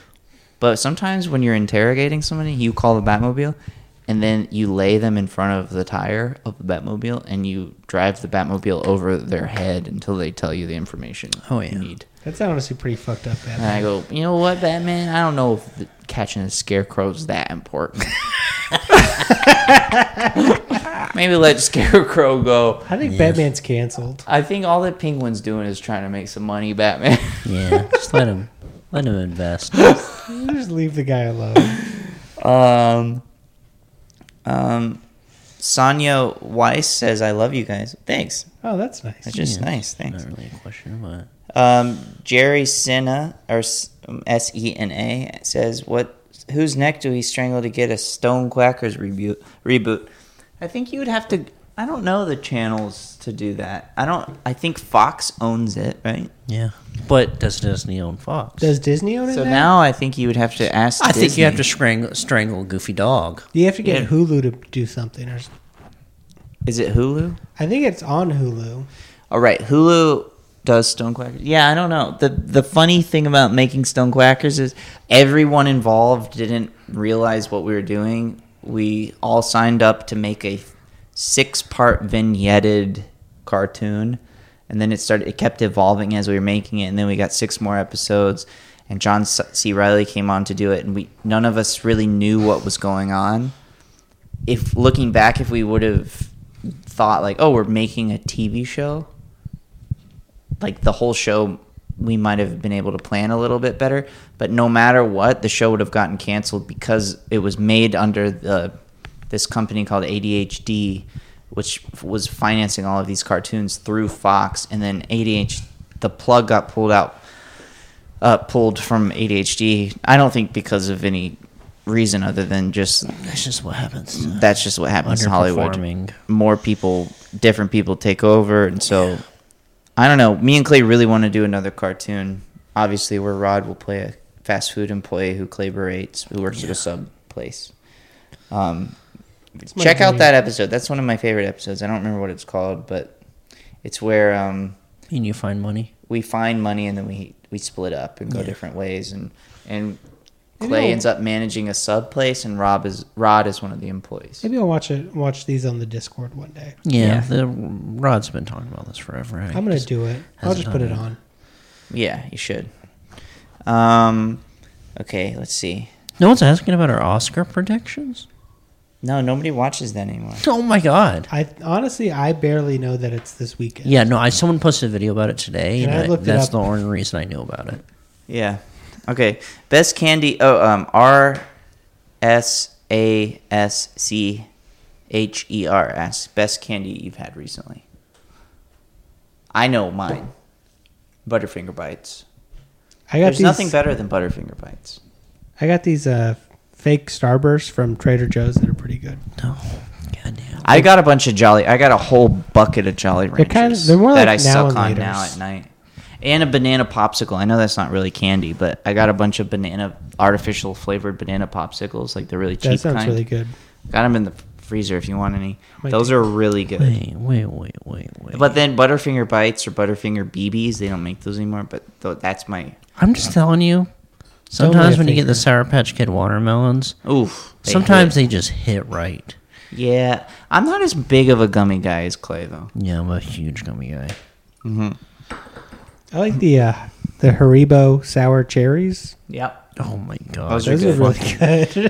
Speaker 4: But sometimes when you're interrogating somebody, you call the Batmobile, and then you lay them in front of the tire of the Batmobile, and you drive the Batmobile over their head until they tell you the information
Speaker 2: Oh, yeah.
Speaker 4: you need.
Speaker 5: That's honestly pretty fucked up, Batman.
Speaker 4: And I go, you know what, Batman? I don't know if the- catching a scarecrow's that important. Maybe let Scarecrow go.
Speaker 5: I think Batman's canceled.
Speaker 4: I think all that Penguin's doing is trying to make some money, Batman.
Speaker 2: Yeah, just let him let him invest.
Speaker 5: Just leave the guy alone.
Speaker 4: Um, um, Sonia Weiss says, "I love you guys. Thanks.
Speaker 5: Oh, that's nice.
Speaker 4: That's just
Speaker 2: Yeah,
Speaker 4: nice. Thanks."
Speaker 2: Not really a question, but
Speaker 4: Um, Jerry Senna or S E N A says, "What? Whose neck do we strangle to get a Stone Quackers reboot?" Reboot. I think you would have to. I don't know the channels to do that. I don't. I think Fox owns it, right?
Speaker 2: yeah. But does Disney own Fox?
Speaker 5: Does Disney own it
Speaker 4: So
Speaker 5: now?
Speaker 4: now I think you would have to ask.
Speaker 2: Mm-hmm. I think you have to
Speaker 4: Disney.
Speaker 2: strangle, strangle Goofy Dog.
Speaker 5: You have to get
Speaker 4: Yeah.
Speaker 5: Hulu to do something. Or s-
Speaker 4: Is it Hulu?
Speaker 5: I think it's on Hulu.
Speaker 4: All right, Hulu does Stone Quackers. Yeah, I don't know. The the funny thing about making Stone Quackers is everyone involved didn't realize what we were doing. We all signed up to make a six part vignetted cartoon and then it started it kept evolving as we were making it and then we got six more episodes and John S- C. Riley came on to do it and we none of us really knew what was going on if looking back, if we would have thought like, oh, we're making a TV show, like the whole show, we might have been able to plan a little bit better. But no matter what, the show would have gotten canceled because it was made under the this company called ADHD, which was financing all of these cartoons through Fox, and then ADHD, the plug got pulled out uh, pulled from ADHD. I don't think because of any reason other than just
Speaker 2: That's just what happens.
Speaker 4: that's just what happens in Hollywood.
Speaker 2: Underperforming.
Speaker 4: More people, different people take over, and so I don't know. Me and Clay really want to do another cartoon. Obviously, where Rod will play a fast food employee who Clay berates, who works at a sub place. Um,
Speaker 5: my
Speaker 4: check out
Speaker 5: dream.
Speaker 4: that episode. That's one of my favorite episodes. I don't remember what it's called, but it's where um,
Speaker 2: and you find money.
Speaker 4: we find money and then we we split up and go different ways, and and
Speaker 5: Maybe
Speaker 4: Clay
Speaker 5: I'll-
Speaker 4: ends up managing a sub place, and Rob is Rod is one of the employees.
Speaker 5: Maybe I'll watch it. Watch these on the Discord one day.
Speaker 2: Yeah,
Speaker 4: Yeah.
Speaker 2: The, Rod's been talking about this forever. I
Speaker 5: I'm gonna
Speaker 2: just-
Speaker 5: do it. I'll
Speaker 2: hasn't
Speaker 5: just put
Speaker 2: done
Speaker 5: it
Speaker 2: it.
Speaker 5: on.
Speaker 4: Yeah, you should. Um, okay, let's see.
Speaker 2: No one's asking about our Oscar predictions.
Speaker 4: No, nobody watches that anymore.
Speaker 2: Oh my god.
Speaker 5: I honestly, I barely know that it's this weekend.
Speaker 2: Yeah, no. I someone posted a video about it today,
Speaker 5: And
Speaker 2: and,
Speaker 5: I
Speaker 2: I-
Speaker 5: looked it
Speaker 2: that's
Speaker 5: up.
Speaker 2: the only reason I knew about it.
Speaker 4: Yeah. Okay. Best candy. Oh, um, R S A S C H E R S. Best candy you've had recently. I know mine. Butterfinger bites.
Speaker 5: I got
Speaker 4: There's
Speaker 5: these.
Speaker 4: nothing better than Butterfinger bites.
Speaker 5: I got these uh, fake Starbursts from Trader Joe's that are pretty good.
Speaker 2: No. Goddamn.
Speaker 4: I got a bunch of Jolly. I got a whole bucket of Jolly Ranchers
Speaker 5: kind of- they're more
Speaker 4: that
Speaker 5: like
Speaker 4: I suck
Speaker 5: now and
Speaker 4: on
Speaker 5: laters.
Speaker 4: now at night, and a banana popsicle. I know that's not really candy, but I got a bunch of banana artificial flavored banana popsicles, like the really cheap
Speaker 5: That sounds
Speaker 4: kind.
Speaker 5: really good.
Speaker 4: Got them in the freezer if you want any.
Speaker 5: Might
Speaker 4: Those
Speaker 5: take-
Speaker 4: are really good.
Speaker 2: Wait, wait, wait, wait, wait.
Speaker 4: But then Butterfinger bites or Butterfinger BBs, they don't make those anymore. But th- that's my
Speaker 2: I'm just telling you.
Speaker 5: Don't
Speaker 2: Sometimes
Speaker 5: let
Speaker 2: when you
Speaker 5: things
Speaker 2: get the Sour Patch Kid watermelons,
Speaker 4: oof. they
Speaker 2: sometimes
Speaker 4: hit.
Speaker 2: they just hit right.
Speaker 4: yeah. I'm not as big of a gummy guy as Clay though.
Speaker 2: Yeah, I'm a huge gummy guy.
Speaker 5: I like the uh, the Haribo sour cherries.
Speaker 4: Yep.
Speaker 2: Oh my god.
Speaker 4: Those
Speaker 2: Those
Speaker 4: are
Speaker 2: are,
Speaker 5: Those are
Speaker 4: good.
Speaker 5: really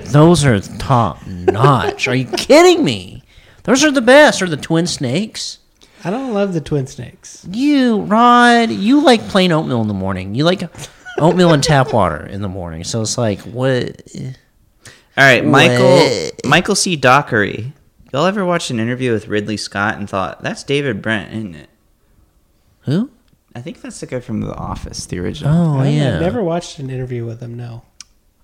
Speaker 5: good.
Speaker 2: top notch. are you kidding me? Those are the best. Are the twin snakes?
Speaker 5: I don't love the twin snakes.
Speaker 2: You, Rod, you like plain oatmeal in the morning. You like oatmeal and tap water in the morning. So it's like what
Speaker 4: All right, Michael
Speaker 2: What?
Speaker 4: Michael C. Dockery. Y'all ever watched an interview with Ridley Scott and thought that's David Brent, isn't it?
Speaker 2: who?
Speaker 4: I think that's the guy from The Office, the original.
Speaker 2: Oh
Speaker 5: I don't-
Speaker 2: yeah.
Speaker 5: I've never watched an interview with them. No.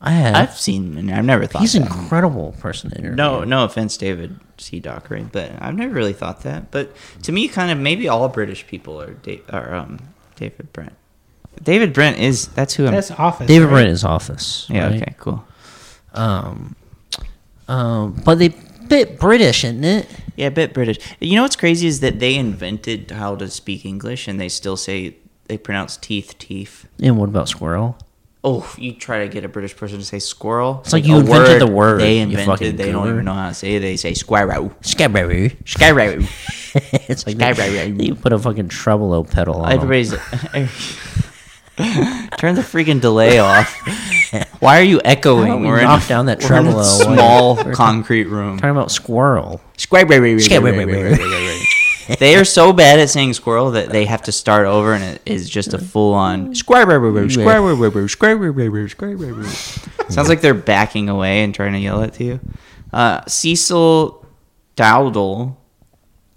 Speaker 2: I have.
Speaker 4: I've seen him. I've never thought.
Speaker 2: He's an
Speaker 4: that.
Speaker 2: incredible person to interview.
Speaker 4: No, no offense, David C. Dockery, but I've never really thought that. But to me, kind of maybe all British people are da- are um, David Brent. David Brent is that's who I'm.
Speaker 5: That's Office.
Speaker 2: David
Speaker 5: right?
Speaker 2: Brent is office.
Speaker 4: yeah.
Speaker 2: right?
Speaker 4: Okay. Cool.
Speaker 2: Um, um, but they bit British, isn't it?
Speaker 4: Yeah, a bit British. You know what's crazy is that they invented how to speak English, and they still say they pronounce teeth teeth.
Speaker 2: And what about squirrel?
Speaker 4: Oh, you try to get a British person to say squirrel. It's
Speaker 2: like you invented the word,
Speaker 4: They
Speaker 2: you
Speaker 4: invented.
Speaker 2: fucking
Speaker 4: They don't
Speaker 2: goober.
Speaker 4: even know how to say it. They say squirrel.
Speaker 2: Scabaroo.
Speaker 4: Squirrel.
Speaker 2: it's like they,
Speaker 4: Scabaroo.
Speaker 2: you put a fucking tremolo pedal on. 'em.
Speaker 4: Everybody's turn the freaking delay off.
Speaker 2: down.
Speaker 4: Why are you
Speaker 2: Why don't
Speaker 4: echoing?
Speaker 2: we
Speaker 4: We're in
Speaker 2: knock
Speaker 4: a-
Speaker 2: down that
Speaker 4: we're in a
Speaker 2: tremolo while you're-
Speaker 4: small concrete room.
Speaker 2: Talking about squirrel.
Speaker 4: Square, wait, wait, wait,
Speaker 2: Square,
Speaker 4: wait,
Speaker 2: wait,
Speaker 4: wait,
Speaker 2: wait,
Speaker 4: wait, wait, wait. They are so bad at saying squirrel that they have to start over, and it is just a full on square, wait, wait, wait, square, wait, wait, wait, square, wait, wait, wait, square, wait, wait. Sounds like they're backing away and trying to yell at you. Uh, Cecil Dowdle.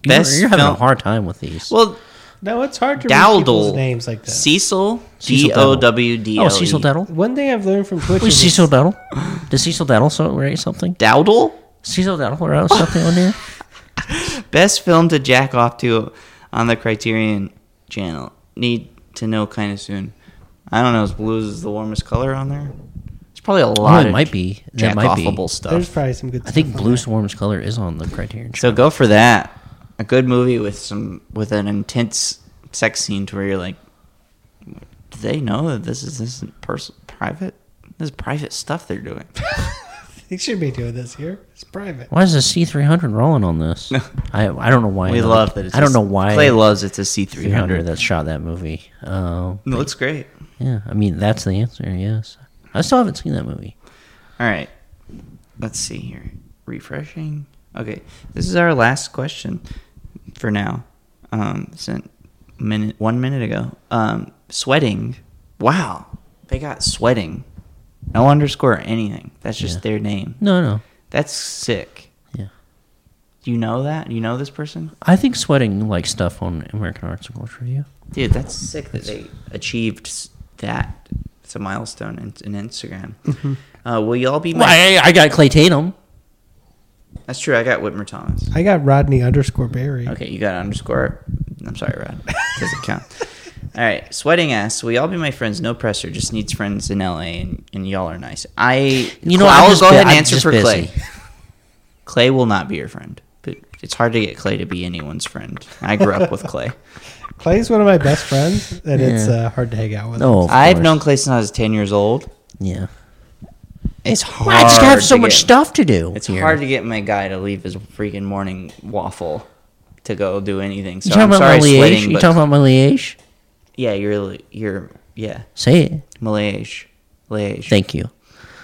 Speaker 2: You're,
Speaker 4: Best
Speaker 2: you're having a
Speaker 4: film-
Speaker 2: hard time with these.
Speaker 4: Well,
Speaker 5: No, it's hard to read
Speaker 4: Dowdle
Speaker 5: people's names like that.
Speaker 4: Cecil
Speaker 2: Cecil
Speaker 4: D O W D L. E.
Speaker 2: oh, Cecil Dettle.
Speaker 5: One thing I've learned from Twitch
Speaker 2: Wait,
Speaker 5: is
Speaker 2: Cecil Dettle. Did Cecil Dettle so write something?
Speaker 4: Dowdle.
Speaker 2: Cecil Dettle wrote something on there.
Speaker 4: Best film to jack off to on the Criterion channel. Need to know kind of soon. I don't know. Is blues is the warmest color on there? It's probably a
Speaker 2: Oh,
Speaker 4: lot.
Speaker 2: it
Speaker 4: of
Speaker 2: might be. That
Speaker 4: jack
Speaker 2: might be.
Speaker 4: offable
Speaker 5: there's
Speaker 4: stuff.
Speaker 5: probably some good.
Speaker 2: I think Blue's warmest color is on the Criterion.
Speaker 4: So go for that. A good movie with some with an intense sex scene to where you're like, do they know that this is this is pers- private? This is private stuff they're doing.
Speaker 5: they should be doing this here. It's private.
Speaker 2: Why is the C three hundred rolling on this? I I don't know why.
Speaker 4: We
Speaker 2: I-
Speaker 4: love that. It's
Speaker 2: I don't
Speaker 4: a-
Speaker 2: know why
Speaker 4: Clay loves it's a C
Speaker 2: three hundred
Speaker 4: 300.
Speaker 2: that shot that movie. Um,
Speaker 4: It looks great.
Speaker 2: yeah, I mean that's the answer. Yes, I still haven't seen that movie.
Speaker 4: All right. Let's see here. Refreshing. Okay. This is our last question for now. Um, sent minute one minute ago. Um, sweating. Wow. They got sweating. No underscore anything. That's just
Speaker 2: Yeah.
Speaker 4: their name.
Speaker 2: No, no.
Speaker 4: That's sick.
Speaker 2: Yeah.
Speaker 4: Do you know that? Do you know this person?
Speaker 2: I think sweating like stuff on American Arts and Culture Review.
Speaker 4: Dude, that's sick that they achieved s- that. It's a milestone in, in Instagram.
Speaker 2: Mm-hmm.
Speaker 4: Uh, will y'all be my?
Speaker 2: Why I got Clay Tatum.
Speaker 4: That's true. I got Whitmer Thomas.
Speaker 5: I got Rodney underscore Barry.
Speaker 4: Okay, you got to underscore. I'm sorry, Rod. Doesn't count. All right, sweating ass. We all be my friends. No pressure. Just needs friends in LA, and, and y'all are nice. I
Speaker 2: You know,
Speaker 4: Cla-
Speaker 2: I'm
Speaker 4: I'll
Speaker 2: just
Speaker 4: go
Speaker 2: bu-
Speaker 4: ahead and
Speaker 2: I'm
Speaker 4: answer
Speaker 2: just
Speaker 4: for Clay.
Speaker 2: busy.
Speaker 4: Clay will not be your friend, but it's hard to get Clay to be anyone's friend. I grew up with Clay.
Speaker 5: Clay's one of my best friends, and it's
Speaker 2: Yeah.
Speaker 5: uh, hard to hang out with.
Speaker 2: No,
Speaker 4: I've known Clay since I was ten years old.
Speaker 2: Oh, Yeah,
Speaker 4: It's hard.
Speaker 2: I just have so
Speaker 4: to
Speaker 2: much
Speaker 4: get-
Speaker 2: stuff to do.
Speaker 4: It's
Speaker 2: here.
Speaker 4: hard to get my guy to leave his freaking morning waffle to go do anything. So
Speaker 2: You talking
Speaker 4: I'm
Speaker 2: about
Speaker 4: sorry,
Speaker 2: my liege?
Speaker 4: sweating.
Speaker 2: You
Speaker 4: But
Speaker 2: talking about my liege?
Speaker 4: yeah, you're you're yeah.
Speaker 2: Say it.
Speaker 4: Malaysia. Malaysia.
Speaker 2: Thank you.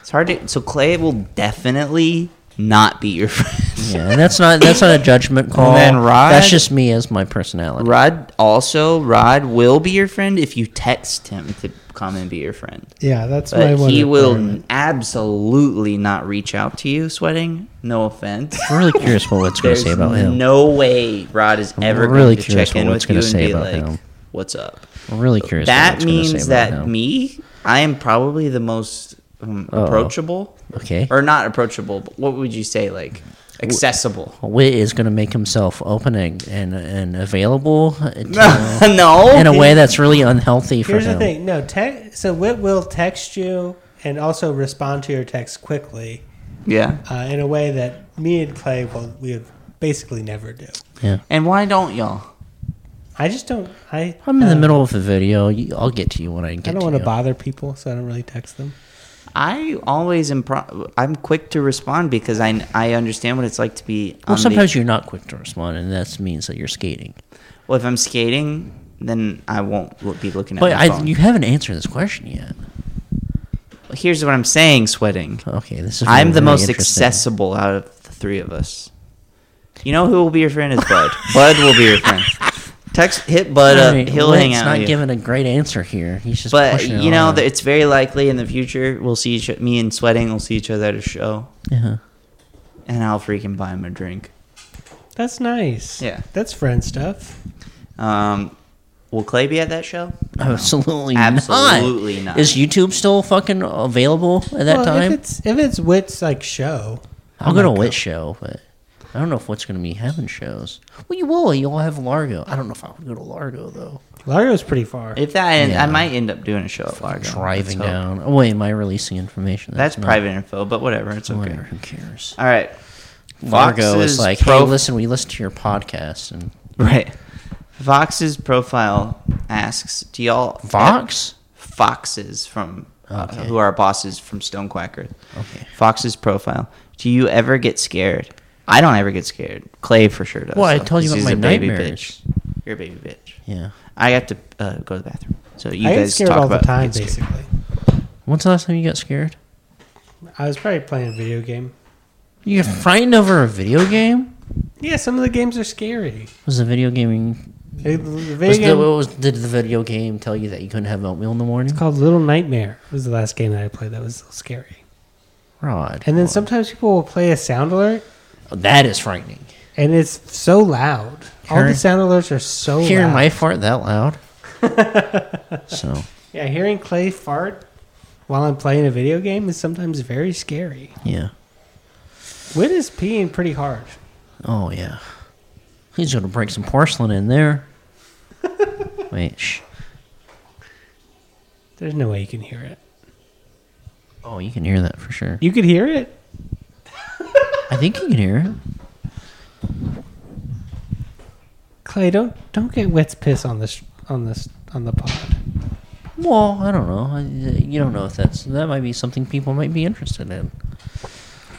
Speaker 4: It's hard to. So Clay will definitely not be your friend.
Speaker 2: Yeah, and that's not that's not a judgment call.
Speaker 4: then Rod-
Speaker 2: that's just me as my personality.
Speaker 4: Rod also Rod will be your friend if you text him to come and be your friend.
Speaker 5: Yeah, that's my
Speaker 4: But
Speaker 5: one.
Speaker 4: he
Speaker 5: requirement.
Speaker 4: will absolutely not reach out to you. Sweating. No offense.
Speaker 2: I'm really curious what it's going to
Speaker 4: There's
Speaker 2: say about him.
Speaker 4: no way Rod is ever
Speaker 2: really
Speaker 4: going to
Speaker 2: curious
Speaker 4: check in
Speaker 2: what
Speaker 4: with
Speaker 2: it's
Speaker 4: you
Speaker 2: gonna
Speaker 4: and
Speaker 2: say
Speaker 4: be
Speaker 2: about him.
Speaker 4: like, "What's up?"
Speaker 2: I'm really curious. what
Speaker 4: that
Speaker 2: it's gonna say
Speaker 4: means
Speaker 2: about
Speaker 4: that
Speaker 2: him.
Speaker 4: me, I am probably the most um, approachable.
Speaker 2: Okay.
Speaker 4: Or not approachable, but what would you say? Like accessible.
Speaker 2: Wit is going to make himself open and and, and available to-
Speaker 4: no.
Speaker 2: in a way that's really unhealthy for
Speaker 5: Here's
Speaker 2: him.
Speaker 5: the thing. No, te- so Wit will text you and also respond to your text quickly
Speaker 4: Yeah.
Speaker 5: uh, in a way that me and Clay will we would basically never do.
Speaker 4: And why don't y'all?
Speaker 5: I just don't. I
Speaker 2: I'm in the
Speaker 5: uh,
Speaker 2: middle of a video. You, I'll get to you when I get.
Speaker 5: I don't
Speaker 2: to
Speaker 5: want to
Speaker 2: you.
Speaker 5: bother people, so I don't really text them.
Speaker 4: I always impro- I'm quick to respond because I I understand what it's like to be.
Speaker 2: Well,
Speaker 4: on the-
Speaker 2: sometimes you're not quick to respond, and that means that you're skating.
Speaker 4: well, if I'm skating, then I won't lo- be looking at
Speaker 2: But
Speaker 4: my
Speaker 2: I,
Speaker 4: phone.
Speaker 2: you haven't answered this question yet.
Speaker 4: Here's what I'm saying, sweating.
Speaker 2: Okay, this is.
Speaker 4: I'm
Speaker 2: really
Speaker 4: the most
Speaker 2: interesting.
Speaker 4: accessible out of the three of us. You know who will be your friend is Bud. Bud will be your friend. Text hit Bud
Speaker 2: I
Speaker 4: up.
Speaker 2: mean,
Speaker 4: uh, He'll
Speaker 2: Whit's
Speaker 4: hang out.
Speaker 2: not
Speaker 4: with you.
Speaker 2: giving a great answer here. He's just.
Speaker 4: But
Speaker 2: pushing it
Speaker 4: you know,
Speaker 2: on.
Speaker 4: that it's very likely in the future we'll see each me and sweating. We'll see each other at a show,
Speaker 2: Yeah.
Speaker 4: and I'll freaking buy him a drink.
Speaker 5: That's nice.
Speaker 4: Yeah.
Speaker 5: that's friend stuff.
Speaker 4: Um, will Clay be at that show?
Speaker 2: Absolutely,
Speaker 4: Absolutely
Speaker 2: not.
Speaker 4: not.
Speaker 2: Is YouTube still fucking available at that
Speaker 5: well,
Speaker 2: time?
Speaker 5: if it's if it's Wit's like show,
Speaker 2: I'll go to a Wit show, but I don't know if what's going to be having shows. Well, you will. You'll have Largo. I don't know if I would go to Largo though.
Speaker 5: Largo's pretty far.
Speaker 4: If that,
Speaker 2: Yeah.
Speaker 4: I might end up doing a show at Largo.
Speaker 2: Driving
Speaker 4: Let's hope.
Speaker 2: down. Oh wait, am I releasing information?
Speaker 4: That's
Speaker 2: not-
Speaker 4: private info, but whatever. It's okay.
Speaker 2: Whatever. Who cares?
Speaker 4: All right.
Speaker 2: Largo
Speaker 4: Fox's
Speaker 2: is like,
Speaker 4: pro-
Speaker 2: hey, listen, we listen to your podcast and
Speaker 4: Right. Vox's profile asks, "Do y'all
Speaker 2: Vox.
Speaker 4: Foxes from uh,
Speaker 2: Okay.
Speaker 4: who are bosses from Stonequacker.
Speaker 2: Okay.
Speaker 4: Fox's profile. Do you ever get scared? I don't ever get scared. Clay for sure does.
Speaker 2: Well, I
Speaker 4: though,
Speaker 2: told you
Speaker 4: 'cause
Speaker 2: about
Speaker 4: he's
Speaker 2: my
Speaker 4: a baby
Speaker 2: nightmares.
Speaker 4: Bitch. You're a baby bitch.
Speaker 2: Yeah.
Speaker 4: I have to uh, go to the bathroom. So you
Speaker 5: I get
Speaker 4: guys
Speaker 5: scared
Speaker 4: talk
Speaker 5: all the
Speaker 4: about
Speaker 5: time,
Speaker 4: get scared.
Speaker 5: basically.
Speaker 2: When's the last time you got scared?
Speaker 5: I was probably playing a video game.
Speaker 2: You got frightened over a video game?
Speaker 5: Yeah, some of the games are scary.
Speaker 2: Was the video gaming?
Speaker 5: They- The video
Speaker 2: Was the,
Speaker 5: game
Speaker 2: what was, did the video game tell you that you couldn't have oatmeal in the morning?
Speaker 5: called Little Nightmare was the last game that I played that was so scary.
Speaker 2: Rod.
Speaker 5: And then sometimes people will play a sound alert,
Speaker 2: Oh, that is frightening.
Speaker 5: and it's so loud. All the
Speaker 2: Hearing-
Speaker 5: sound alerts are so
Speaker 2: Hearing
Speaker 5: loud.
Speaker 2: my fart that loud. so
Speaker 5: yeah, hearing Clay fart while I'm playing a video game is sometimes very scary.
Speaker 2: yeah.
Speaker 5: Wit is peeing pretty hard.
Speaker 2: Oh yeah. He's gonna break some porcelain in there. Wait. Shh.
Speaker 5: There's no way you can hear it.
Speaker 2: Oh, you can hear that for sure.
Speaker 5: You could hear it.
Speaker 2: I think you can hear it.
Speaker 5: Clay, don't don't get Wit's piss on this on this on the pod.
Speaker 2: Well, I don't know. I, you don't know if that's that might be something people might be interested in.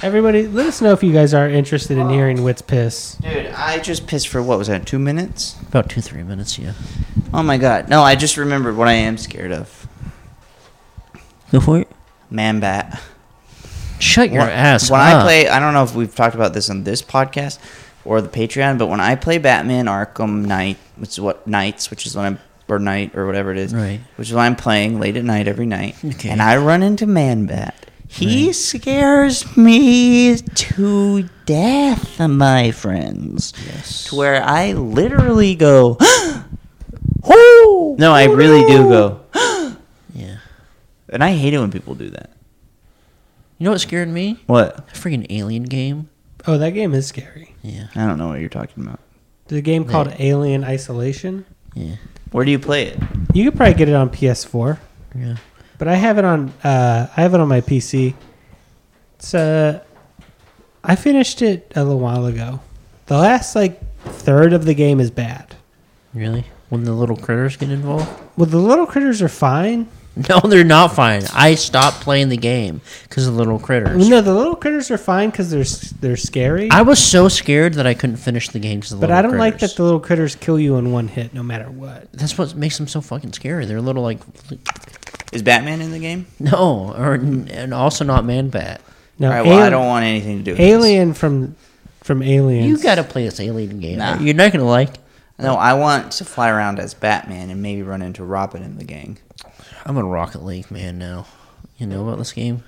Speaker 5: Everybody, let us know if you guys are interested in hearing Wit's piss.
Speaker 4: Dude, I just pissed for what was that? Two minutes?
Speaker 2: About two three minutes, yeah.
Speaker 4: Oh my god! No, I just remembered what I am scared of.
Speaker 2: Go for it.
Speaker 4: Man bat.
Speaker 2: Shut your
Speaker 4: when,
Speaker 2: ass.
Speaker 4: When
Speaker 2: up.
Speaker 4: I play, I don't know if we've talked about this on this podcast or the Patreon, but when I play Batman Arkham Knight, which is what nights, which is when I'm or night or whatever it is,
Speaker 2: Right.
Speaker 4: Which is when I'm playing late at night every night,
Speaker 2: Okay.
Speaker 4: and I run into Man Bat. He scares me to death, my friends. Yes. To where I literally go. no, I really do go.
Speaker 2: yeah.
Speaker 4: And I hate it when people do that.
Speaker 2: You know what scared me?
Speaker 4: What?
Speaker 2: A freaking alien game.
Speaker 5: Oh, that game is scary.
Speaker 2: Yeah.
Speaker 4: I don't know what you're talking about.
Speaker 5: The game called Alien Isolation.
Speaker 2: Yeah.
Speaker 4: Where do you play it?
Speaker 5: You could probably get it on PS4,
Speaker 2: Yeah.
Speaker 5: but I have it on uh, I have it on my PC. It's uh, I finished it a little while ago. The last like third of the game is bad.
Speaker 2: Really? When the little critters get involved?
Speaker 5: Well, the little critters are fine.
Speaker 2: No, they're not fine. I stopped playing the game because of the little critters.
Speaker 5: No, the little critters are fine because they're s- they're scary.
Speaker 2: I was so scared that I couldn't finish the game. 'cause of the
Speaker 5: but I don't
Speaker 2: little
Speaker 5: like
Speaker 2: critters.
Speaker 5: that the little critters kill you in one hit, no matter what.
Speaker 2: That's what makes them so fucking scary. They're little like
Speaker 4: Is Batman in the game?
Speaker 2: no, or and also not man bat.
Speaker 5: No,
Speaker 4: All right, well, I
Speaker 5: Ali-
Speaker 4: don't want anything to do with this.
Speaker 5: Alien from from Aliens.
Speaker 2: You gotta play this alien game.
Speaker 4: Nah.
Speaker 2: You're not gonna like.
Speaker 4: No, I want to fly around as Batman and maybe run into Robin in the gang.
Speaker 2: I'm a Rocket League man now. You know about this game?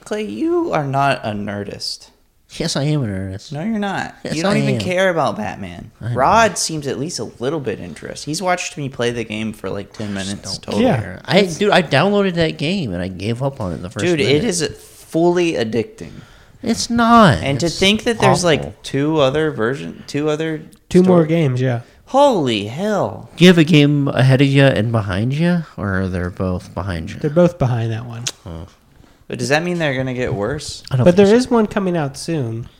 Speaker 4: Clay, you are not a nerdist.
Speaker 2: Yes, I am an artist.
Speaker 4: No, you're not.
Speaker 2: Yes,
Speaker 4: you don't
Speaker 2: I
Speaker 4: even
Speaker 2: am.
Speaker 4: care about Batman. Rod seems at least a little bit interested. He's watched me play the game for like 10 minutes total.
Speaker 5: Yeah.
Speaker 2: I dude, I downloaded that game and I gave up on it in the first.
Speaker 4: Dude,
Speaker 2: minute.
Speaker 4: it is fully addicting.
Speaker 2: It's not.
Speaker 4: And
Speaker 2: It's
Speaker 4: to think that there's
Speaker 2: awful.
Speaker 4: like two other version, two other
Speaker 5: Two more
Speaker 4: story-
Speaker 5: games, yeah.
Speaker 4: Holy hell.
Speaker 2: do you have a game ahead of you and behind you, or are they both behind you?
Speaker 5: They're both behind that one.
Speaker 4: But does that mean they're going to get worse?
Speaker 2: I don't
Speaker 5: But
Speaker 2: think
Speaker 5: there is one coming out soon.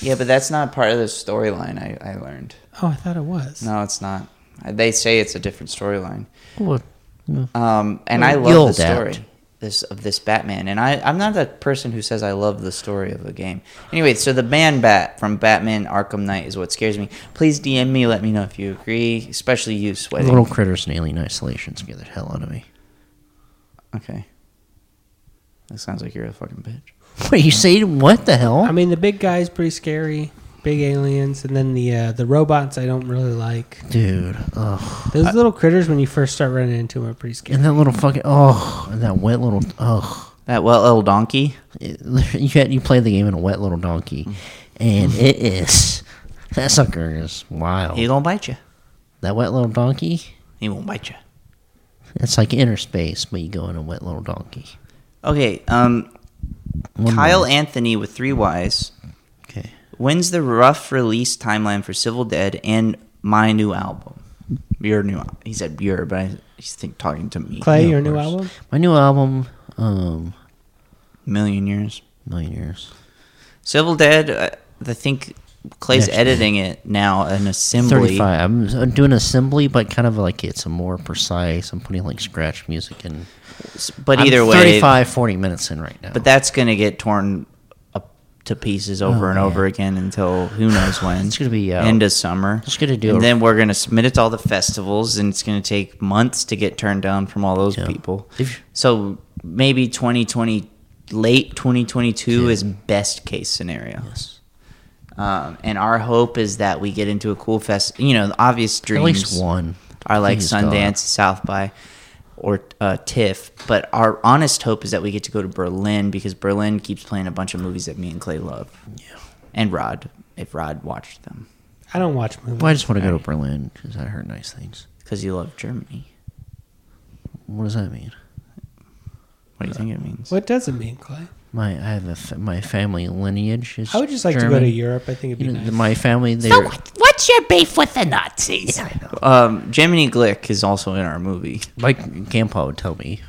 Speaker 4: Yeah, but that's not part of the storyline I, I learned.
Speaker 5: Oh, I thought it was.
Speaker 4: No, it's not. They say it's a different storyline.
Speaker 2: so. Well,
Speaker 4: Um, and I
Speaker 2: Well,
Speaker 4: love
Speaker 2: you'll
Speaker 4: the story
Speaker 2: adapt.
Speaker 4: this of this Batman. And I, I'm not that person who says I love the story of a game. Anyway, so the man bat from Batman Arkham Knight is what scares me. Please DM me, let me know if you agree, especially you sweating.
Speaker 2: Little critters and alien isolation scare the hell out of me.
Speaker 4: Okay. That sounds like you're a fucking bitch.
Speaker 2: Wait, you say what the hell?
Speaker 5: I mean, the big guy's pretty scary. Big aliens, and then the uh, the robots I don't really like.
Speaker 2: Dude, ugh.
Speaker 5: Those little critters when you first start running into them are pretty scary.
Speaker 2: And that little fucking oh, and that wet little ugh.
Speaker 4: That well little donkey.
Speaker 2: You had, you play the game in a wet little donkey, and it is that sucker is wild.
Speaker 4: He gonna bite you.
Speaker 2: That wet little donkey,
Speaker 4: He won't bite you.
Speaker 2: it's like inner space, but you go in a wet little donkey.
Speaker 4: Okay, um,
Speaker 2: One
Speaker 4: Kyle
Speaker 2: more.
Speaker 4: Anthony with three Ys.
Speaker 2: okay,
Speaker 4: When's the rough release timeline for Civil Dead and my new album? Your new, al- he said your, but I, he's think talking to me.
Speaker 5: Clay,
Speaker 4: Yeah,
Speaker 5: your
Speaker 4: of
Speaker 5: new
Speaker 4: course.
Speaker 5: album?
Speaker 2: my new album, um,
Speaker 4: Million years.
Speaker 2: Millionaires.
Speaker 4: Civil Dead. Uh, I think Clay's
Speaker 2: Next.
Speaker 4: editing it now. An assembly.
Speaker 2: Thirty-five. I'm I'm doing assembly, but kind of like it's a more precise. I'm putting like scratch music in.
Speaker 4: But
Speaker 2: I'm
Speaker 4: either way,
Speaker 2: 35, 40 minutes in right now.
Speaker 4: But that's gonna get torn up to pieces over and over again until who knows when.
Speaker 2: Oh, It's gonna be, uh,
Speaker 4: end of summer.
Speaker 2: it's gonna do
Speaker 4: And
Speaker 2: a-
Speaker 4: then we're gonna submit it to all the festivals, and it's gonna take months to get turned down from all those
Speaker 2: Yeah.
Speaker 4: people.
Speaker 2: If-
Speaker 4: so maybe 2020, late 2022 is best case scenario. Yes. Um, and our hope is that we get into a cool fest. You know, the obvious
Speaker 2: At
Speaker 4: dreams
Speaker 2: least one.
Speaker 4: are like
Speaker 2: Please, God.
Speaker 4: Sundance, South by, or uh, TIFF. But our honest hope is that we get to go to Berlin because Berlin keeps playing a bunch of movies that me and Clay love. Yeah. And Rod, if Rod watched them,
Speaker 5: I don't watch movies.
Speaker 2: Well, I just want to go to Berlin because I heard nice things.
Speaker 4: because you love Germany.
Speaker 2: What does that mean?
Speaker 4: What do you think it means?
Speaker 5: What does it mean, Clay?
Speaker 2: My I have a fa- my family lineage is.
Speaker 5: I would just like to go
Speaker 2: German.
Speaker 5: to Europe. I think it'd be
Speaker 2: You know,
Speaker 5: nice.
Speaker 2: My family. They were-
Speaker 4: what's your beef with the Nazis? Um, Jiminy Glick is also in our movie.
Speaker 2: Mike Campo would tell me.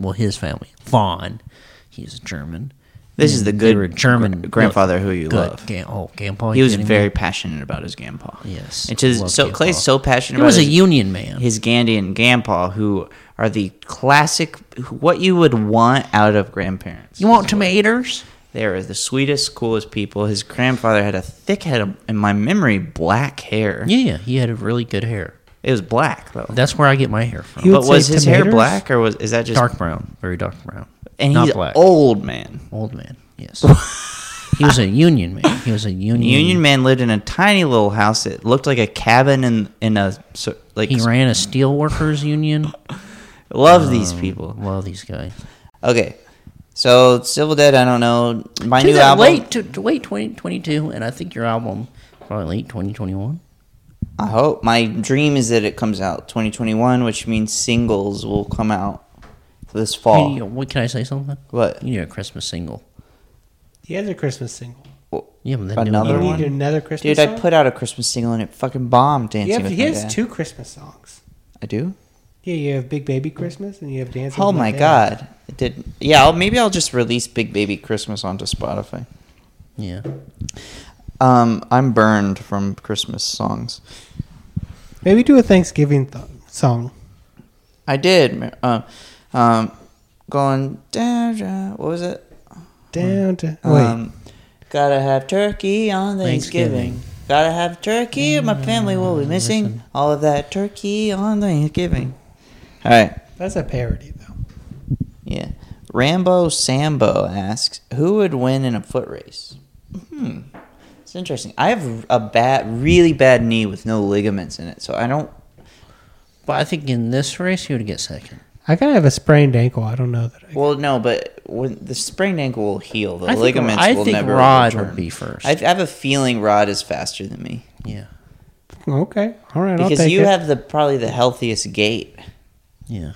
Speaker 2: Well, his family, Vaughn, he's German.
Speaker 4: This is the
Speaker 2: They
Speaker 4: good
Speaker 2: were German
Speaker 4: gr- grandfather who you
Speaker 2: Good.
Speaker 4: love.
Speaker 2: Ga- oh, Campo.
Speaker 4: He
Speaker 2: you
Speaker 4: was
Speaker 2: kidding me?
Speaker 4: very passionate about his grandpa.
Speaker 2: Yes,
Speaker 4: And to
Speaker 2: love
Speaker 4: so
Speaker 2: grandpa.
Speaker 4: Clay's so passionate
Speaker 2: He
Speaker 4: about
Speaker 2: was a
Speaker 4: his-
Speaker 2: union man.
Speaker 4: his Gandhi and Grandpa, who are the classic, what you would want out of grandparents.
Speaker 2: you want tomatoes?
Speaker 4: They are the sweetest, coolest people. His grandfather had a thick head of, in my memory, black hair.
Speaker 2: Yeah, yeah. He had a really good hair.
Speaker 4: It was black though.
Speaker 2: That's where I get my hair from.
Speaker 5: You would
Speaker 4: but was
Speaker 5: say
Speaker 4: his hair
Speaker 5: tomatoes?
Speaker 4: black or was is that just
Speaker 2: dark brown, very dark brown.
Speaker 4: And
Speaker 2: not
Speaker 4: he's
Speaker 2: black.
Speaker 4: old man.
Speaker 2: Old man. Yes. he was a union man. He was a union.
Speaker 4: Union man lived in a tiny little house. It looked like a cabin in in a so- like.
Speaker 2: He ran a steelworkers union.
Speaker 4: Love these
Speaker 2: Um,
Speaker 4: people.
Speaker 2: Love these guys.
Speaker 4: Okay, so Civil Dead. I don't know my
Speaker 2: To
Speaker 4: new
Speaker 2: that
Speaker 4: album.
Speaker 2: late to, to late twenty twenty two, and I think your album probably late twenty twenty one.
Speaker 4: I hope my dream is that it comes out 2021, which means singles will come out this fall.
Speaker 2: What can I say? Something.
Speaker 4: What?
Speaker 2: You need a Christmas single.
Speaker 5: He has a Christmas single.
Speaker 2: Yeah, but that
Speaker 4: Another
Speaker 5: You
Speaker 2: new
Speaker 4: one?
Speaker 5: need another Christmas
Speaker 4: Dude, I
Speaker 5: song?
Speaker 4: put out a Christmas single and it fucking bombed dancing
Speaker 5: you have,
Speaker 4: with
Speaker 5: he
Speaker 4: my
Speaker 5: has
Speaker 4: dad.
Speaker 5: two Christmas songs.
Speaker 4: I do.
Speaker 5: Yeah, you have Big Baby Christmas and you have Dancing.
Speaker 4: Oh
Speaker 5: with
Speaker 4: my
Speaker 5: Dad.
Speaker 4: god. It did. Yeah, I'll, maybe I'll just release Big Baby Christmas onto Spotify.
Speaker 2: Yeah.
Speaker 4: Um, I'm burned from Christmas songs.
Speaker 5: Maybe do a Thanksgiving th- song.
Speaker 4: I did. Um, um, going down. down- What was it?
Speaker 5: Down to wait.
Speaker 4: Um, gotta have turkey on Thanksgiving.
Speaker 2: Thanksgiving. Mm,
Speaker 4: Gotta have turkey, or my family will be missing all of that turkey on Thanksgiving. All right.
Speaker 5: That's a parody though.
Speaker 4: Yeah. Rambo Sambo asks, who would win in a foot race? Hmm. It's interesting. I have a bad, really bad knee with no ligaments in it, so I don't.
Speaker 2: But I think in this race you would get second.
Speaker 5: I kind of have a sprained ankle. I don't know that. I,
Speaker 4: Well, no, but when the sprained ankle will heal, the
Speaker 2: I think-
Speaker 4: ligaments
Speaker 2: I
Speaker 4: will
Speaker 2: think
Speaker 4: never.
Speaker 2: Rod
Speaker 4: return.
Speaker 2: would be first.
Speaker 4: I I have a feeling Rod is faster than me
Speaker 2: Yeah.
Speaker 5: okay, all right. I'll
Speaker 4: because
Speaker 5: take
Speaker 4: you
Speaker 5: it.
Speaker 4: have the probably the healthiest gait.
Speaker 2: Yeah.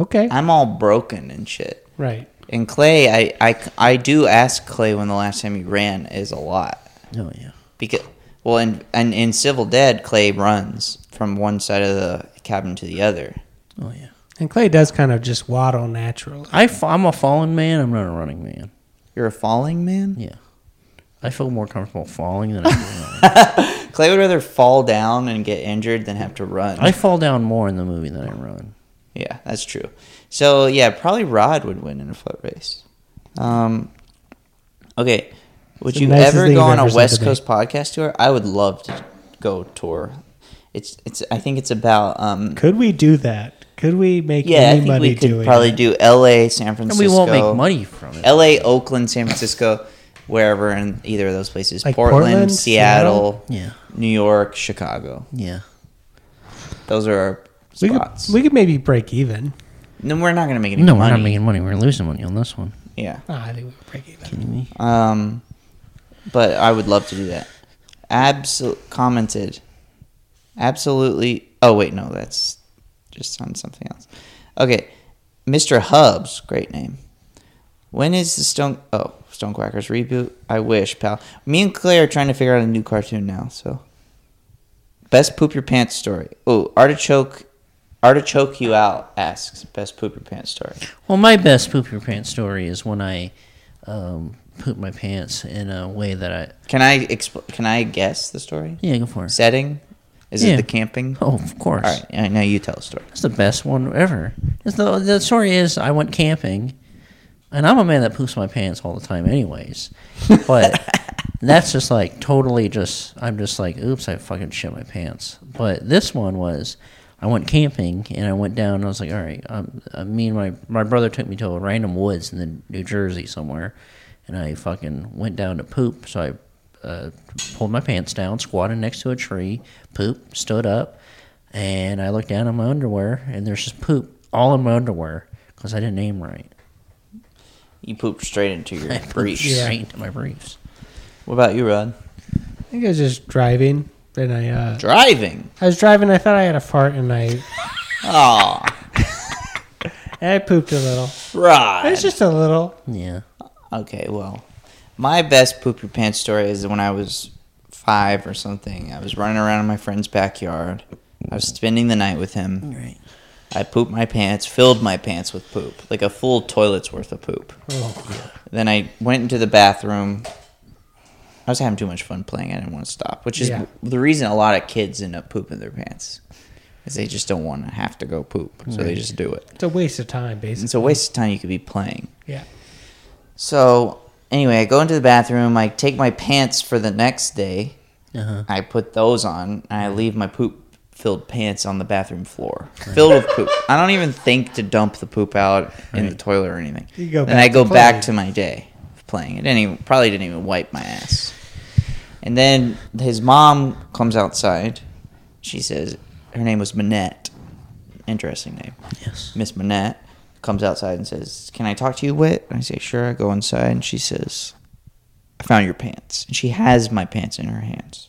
Speaker 5: okay,
Speaker 4: I'm all broken and shit.
Speaker 5: right.
Speaker 4: And Clay, I, I, I do ask Clay when the last time he ran is a lot
Speaker 2: Oh yeah.
Speaker 4: because well, and and in Civil Dead, Clay runs from one side of the cabin to the other.
Speaker 2: Oh yeah.
Speaker 5: And Clay does kind of just waddle naturally.
Speaker 2: I fa- I'm a fallen man. I'm not a running man.
Speaker 4: You're a falling man.
Speaker 2: Yeah. I feel more comfortable falling than I do running.
Speaker 4: Clay would rather fall down and get injured than have to run.
Speaker 2: I fall down more in the movie than I run.
Speaker 4: yeah, that's true. So yeah, probably Rod would win in a foot race. Um, okay, would
Speaker 5: It's the
Speaker 4: you
Speaker 5: nicest
Speaker 4: ever
Speaker 5: thing
Speaker 4: go
Speaker 5: you've
Speaker 4: on a
Speaker 5: ever said
Speaker 4: West
Speaker 5: to me.
Speaker 4: Coast podcast tour? I would love to go tour. It's it's. I think it's about um,
Speaker 5: Could we do that? Could we make
Speaker 4: Yeah, I
Speaker 5: any
Speaker 4: think
Speaker 5: money
Speaker 4: we could
Speaker 5: doing
Speaker 4: probably
Speaker 5: that?
Speaker 4: do L.A., San Francisco.
Speaker 2: And we won't make money from it.
Speaker 4: L.A., Oakland, San Francisco, wherever in either of those places.
Speaker 5: Like
Speaker 4: Portland,
Speaker 5: Portland,
Speaker 4: Seattle,
Speaker 2: Seattle?
Speaker 4: New York, Chicago.
Speaker 2: Yeah.
Speaker 4: Those are our
Speaker 5: We could,
Speaker 4: spots.
Speaker 5: we could maybe break even.
Speaker 4: no, we're not gonna make any
Speaker 2: No,
Speaker 4: money.
Speaker 2: we're not making money. We're losing money on this one.
Speaker 4: Yeah.
Speaker 5: Ah, I think we could break even.
Speaker 4: Um, but I would love to do that. Absol commented, absolutely. Oh wait, no, that's just on something else. Okay, Mr. Hubs, great name. When is the Stone? Oh, Stone Quackers reboot. I wish, pal. Me and Clay are trying to figure out a new cartoon now. So, best poop your pants story. Oh, artichoke, artichoke you out asks best poop your pants story.
Speaker 2: Well, my best poop your pants story is when I um, poop my pants in a way that I.
Speaker 4: Can I expl- Can I guess the story?
Speaker 2: Yeah, go for it.
Speaker 4: setting? Is
Speaker 2: Yeah.
Speaker 4: it the camping?
Speaker 2: Oh, of course.
Speaker 4: All right, now you tell a story.
Speaker 2: That's the best one ever. It's the, the story is I went camping, and I'm a man that poops my pants all the time, anyways. But That's just like totally just. I'm just like, oops, I fucking shit my pants. But this one was, I went camping and I went down. and I was like, all right. Um, uh, me and my my brother took me to a random woods in the New Jersey somewhere, and I fucking went down to poop. So I uh, pulled my pants down, squatted next to a tree, poop, stood up, and I looked down at my underwear, and there's just poop all in my underwear because I didn't aim right.
Speaker 4: You pooped straight into your
Speaker 2: I breached
Speaker 4: breach.
Speaker 2: straight into my briefs.
Speaker 4: What about you, Rod?
Speaker 5: I think I was just driving. Then I, uh,
Speaker 4: Driving.
Speaker 5: I was driving. I thought I had a fart, and I,
Speaker 4: Oh,
Speaker 5: and I pooped a little. It
Speaker 4: Rod.
Speaker 5: was just a little.
Speaker 2: Yeah.
Speaker 4: Okay, well, my best poop your pants story is when I was five or something. I was running around in my friend's backyard. I was spending the night with him.
Speaker 2: Right.
Speaker 4: I pooped my pants, filled my pants with poop, like a full toilet's worth of poop. Then I went into the bathroom. I was having too much fun playing. I didn't want to stop, which is
Speaker 5: Yeah.
Speaker 4: the reason a lot of kids end up pooping their pants, is they just don't want to have to go poop, so they just do it.
Speaker 5: It's a waste of time, basically.
Speaker 4: It's a waste of time. You could be playing.
Speaker 5: Yeah.
Speaker 4: So anyway, I go into the bathroom. I take my pants for the next day.
Speaker 2: Uh-huh.
Speaker 4: I put those on. And I leave my poop filled pants on the bathroom floor, filled with poop. I don't even think to dump the poop out in the toilet or anything.
Speaker 5: You go
Speaker 4: then
Speaker 5: back
Speaker 4: I
Speaker 5: to
Speaker 4: go
Speaker 5: playing.
Speaker 4: back to my day of playing. It didn't even, probably didn't even wipe my ass. And then his mom comes outside. She says her name was Manette. Interesting name.
Speaker 2: Yes.
Speaker 4: Miss Manette comes outside and says, "Can I talk to you, Wit?" And I say, "Sure." I go inside, and she says, "I found your pants." And she has my pants in her hands,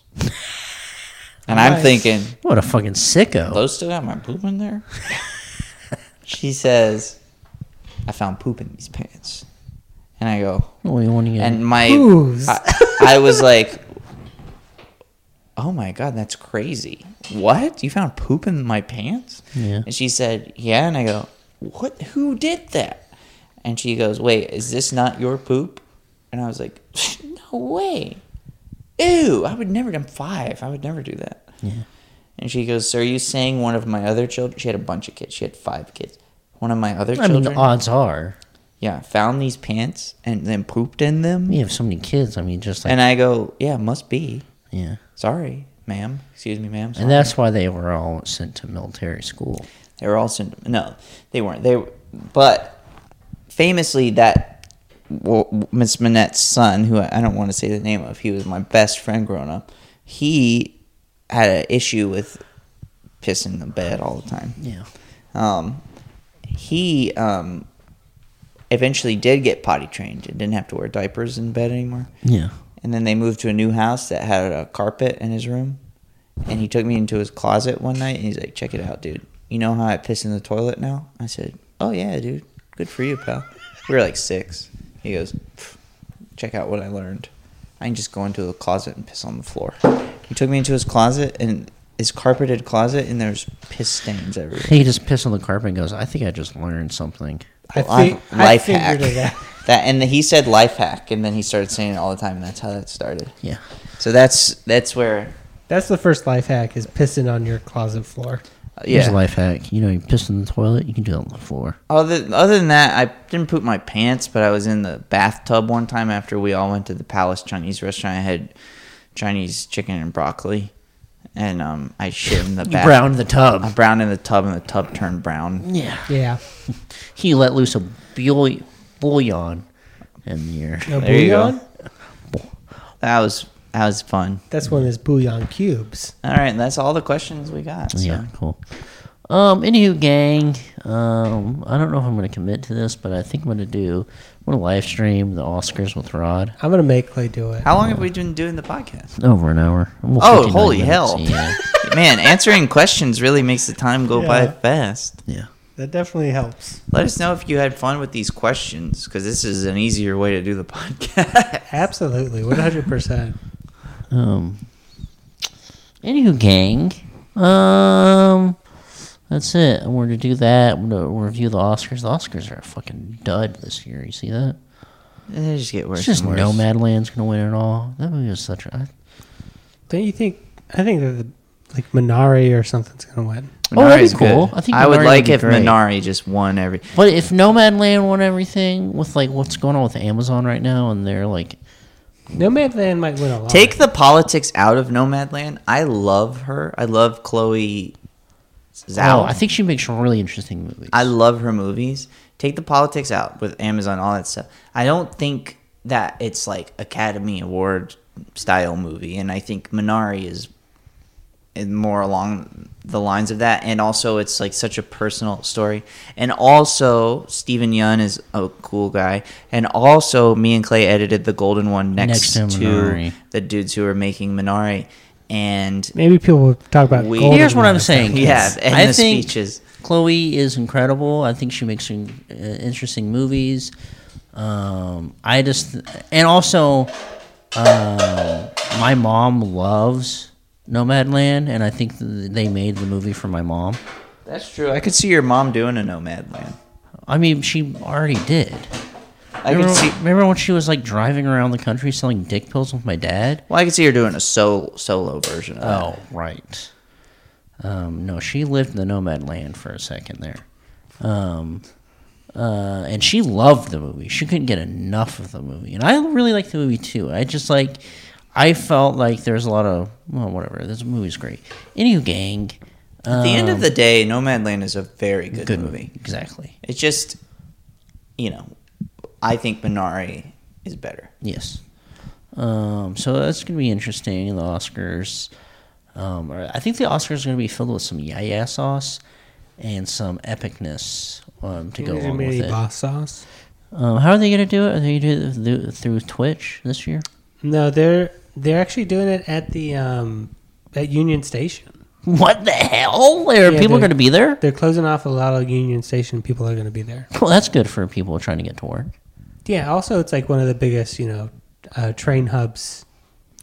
Speaker 4: and I'm
Speaker 5: Nice.
Speaker 4: thinking,
Speaker 2: What a fucking sicko.
Speaker 4: "Those still got my poop in there." she says, "I found poop in these pants," and I go,
Speaker 2: Well, you want to get
Speaker 4: and my
Speaker 5: Ooze.
Speaker 4: I, I was like, "Oh my god, that's crazy! What you found poop in my pants?"
Speaker 2: Yeah.
Speaker 4: And she said, "Yeah," and I go, "What? Who did that?" And she goes, "Wait, is this not your poop?" And I was like, "No way! Ew! I would never. I'm five. I would never do that."
Speaker 2: Yeah.
Speaker 4: And she goes, "So are you saying one of my other children? She had a bunch of kids. She had five kids. One of my other
Speaker 2: I mean,
Speaker 4: children,
Speaker 2: the odds are
Speaker 4: yeah, found these pants and then pooped in them."
Speaker 2: you have so many kids. I mean, just like
Speaker 4: And I go, yeah, must be.
Speaker 2: yeah,
Speaker 4: Sorry, ma'am. Excuse me, ma'am.
Speaker 2: and
Speaker 4: Sorry."
Speaker 2: that's why they were all sent to military school.
Speaker 4: they were all sent. No, they weren't. They, were- but famously, that well, Miss Minette's son, who I I don't want to say the name of, he was my best friend growing up. He had an issue with pissing in the bed all the time.
Speaker 2: Yeah.
Speaker 4: Um, he um, eventually did get potty trained and didn't have to wear diapers in bed anymore.
Speaker 2: Yeah.
Speaker 4: And then they moved to a new house that had a carpet in his room. And he took me into his closet one night and he's like, check it out, dude. You know how I piss in the toilet now? I said, oh, yeah, dude. Good for you, pal. We were like six. He goes, "Pff, check out what I learned. I can just go into the closet and piss on the floor. He took me into his closet and his carpeted closet, and there's piss stains everywhere.
Speaker 2: He just pissed on the carpet and goes, "I think I just learned something."
Speaker 5: I,
Speaker 4: Well, I-
Speaker 5: think I
Speaker 4: life
Speaker 5: figured
Speaker 4: hack.
Speaker 5: it out.
Speaker 4: That and he said life hack, and then he started saying it all the time, and that's how that started.
Speaker 2: Yeah.
Speaker 4: So that's that's where
Speaker 5: That's the first life hack is pissing on your closet floor.
Speaker 2: Here's
Speaker 4: yeah.
Speaker 2: a life hack. You know, you piss in the toilet, you can do it on the floor.
Speaker 4: Other other than that, I didn't poop my pants, but I was in the bathtub one time after we all went to the Palace Chinese restaurant. I had Chinese chicken and broccoli, and um, I shit in the
Speaker 2: You
Speaker 4: bath.
Speaker 2: browned the tub.
Speaker 4: I browned in the tub, and the tub turned brown.
Speaker 2: yeah.
Speaker 5: Yeah.
Speaker 2: He let loose a bull- bullion in the air.
Speaker 5: No
Speaker 4: There you go.
Speaker 5: bouillon?
Speaker 4: That was that was fun.
Speaker 5: That's one of those bouillon cubes.
Speaker 4: All right, that's all the questions we got. So.
Speaker 2: Yeah, cool. Um, anywho, gang, um, I don't know if I'm going to commit to this, but I think I'm going to do. I'm going to live stream the Oscars with Rod
Speaker 5: I'm gonna make Clay do it.
Speaker 4: How long have we been doing the podcast?
Speaker 2: over an hour. Well,
Speaker 4: Oh,
Speaker 2: 59
Speaker 4: holy
Speaker 2: minutes,
Speaker 4: hell.
Speaker 2: Yeah,
Speaker 4: Man, answering questions really makes the time go by
Speaker 5: Yeah.
Speaker 4: fast.
Speaker 2: yeah.
Speaker 5: That definitely helps.
Speaker 4: Let us know if you had fun with these questions because this is an easier way to do the podcast.
Speaker 5: Absolutely, one hundred percent.
Speaker 2: Um, anywho, gang, um, that's it. I'm going to do that. I'm going to review the Oscars. The Oscars are a fucking dud this year. You see that?
Speaker 4: they just get worse.
Speaker 2: It's just
Speaker 4: and worse.
Speaker 2: Nomadland's going to win it all. That movie was such a. I-
Speaker 5: Don't you think? I think that the, like Minari or something's gonna win.
Speaker 2: Oh, that'd be
Speaker 4: Minari's good.
Speaker 2: cool. I think Minari
Speaker 4: would
Speaker 2: would
Speaker 4: like
Speaker 2: be
Speaker 4: if
Speaker 2: great.
Speaker 4: Minari just won every.
Speaker 2: But if Nomadland won everything with like what's going on with Amazon right now and they're like
Speaker 5: Nomadland might win a lot.
Speaker 4: Take the politics out of Nomadland. I love her. I love Chloe Zhao.
Speaker 2: Wow, Oh, I think she makes some really interesting movies.
Speaker 4: I love her movies. Take the politics out with Amazon, all that stuff. I don't think that it's like Academy Award style movie, and I think Minari is more along the lines of that. And also, it's like such a personal story. And also, Stephen Yun is a cool guy. And also, me and Clay edited the Golden One next,
Speaker 2: Next to
Speaker 4: to
Speaker 2: Minari.
Speaker 4: the dudes who are making Minari. And
Speaker 5: Maybe people will talk about.
Speaker 4: We-
Speaker 5: Golden
Speaker 2: Here's what I'm
Speaker 5: Globes.
Speaker 2: saying.
Speaker 4: Yeah, and
Speaker 2: I
Speaker 4: the
Speaker 2: think
Speaker 4: speeches.
Speaker 2: Chloe is incredible. I think she makes some, uh, interesting movies. Um, I just and also um my mom loves Nomadland, and I think th- they made the movie for my mom.
Speaker 4: that's true. I could see your mom doing a Nomadland.
Speaker 2: I mean, she already did.
Speaker 4: I could
Speaker 2: Remember,
Speaker 4: see.
Speaker 2: remember when she was like driving around the country selling dick pills with my dad?
Speaker 4: Well, I could see her doing a solo solo version. Of that.
Speaker 2: right. Um, no, she lived in the nomad land for a second there. Um, uh, and she loved the movie. She couldn't get enough of the movie. And I really liked the movie too. I just like, I felt like there's a lot of, well, whatever. This movie's great. Anywho, gang.
Speaker 4: At the end of the day, Nomadland is a very good,
Speaker 2: Oh. Good
Speaker 4: movie.
Speaker 2: movie. Exactly.
Speaker 4: It's just, you know, I think Minari is better.
Speaker 2: Yes. Um, so that's going to be interesting. The Oscars. Um, or- I think the Oscars are going to be filled with some yeah yeah sauce and some epicness um, to go
Speaker 5: Maybe
Speaker 2: along with
Speaker 5: maybe
Speaker 2: it.
Speaker 5: boss sauce.
Speaker 2: Um, how are they going to do it? Are they going to do it th- through Twitch this year?
Speaker 5: No, they're they're actually doing it at the um at Union Station.
Speaker 2: What the hell? Are
Speaker 5: Yeah,
Speaker 2: people
Speaker 5: they're-
Speaker 2: going to be there?
Speaker 5: They're closing off a lot of Union Station. People are going to be there.
Speaker 2: Well, that's good for people trying to get to work.
Speaker 5: Yeah. Also, it's like one of the biggest you know uh, train hubs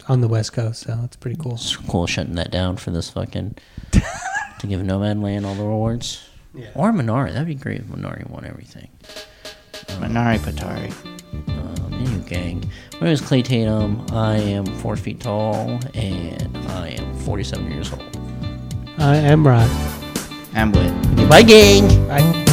Speaker 5: on the West Coast, so it's pretty cool.
Speaker 2: It's cool shutting that down for this fucking to give Nomadland all the rewards.
Speaker 5: Yeah.
Speaker 2: Or Minari. That'd be great if Minari won everything.
Speaker 8: Minari Patari.
Speaker 2: Um, anyway, gang. My name is Clay Tatum. I am four feet tall and I am 47 years old.
Speaker 5: I am Rod.
Speaker 8: I'm with.
Speaker 2: Goodbye, gang.
Speaker 5: I.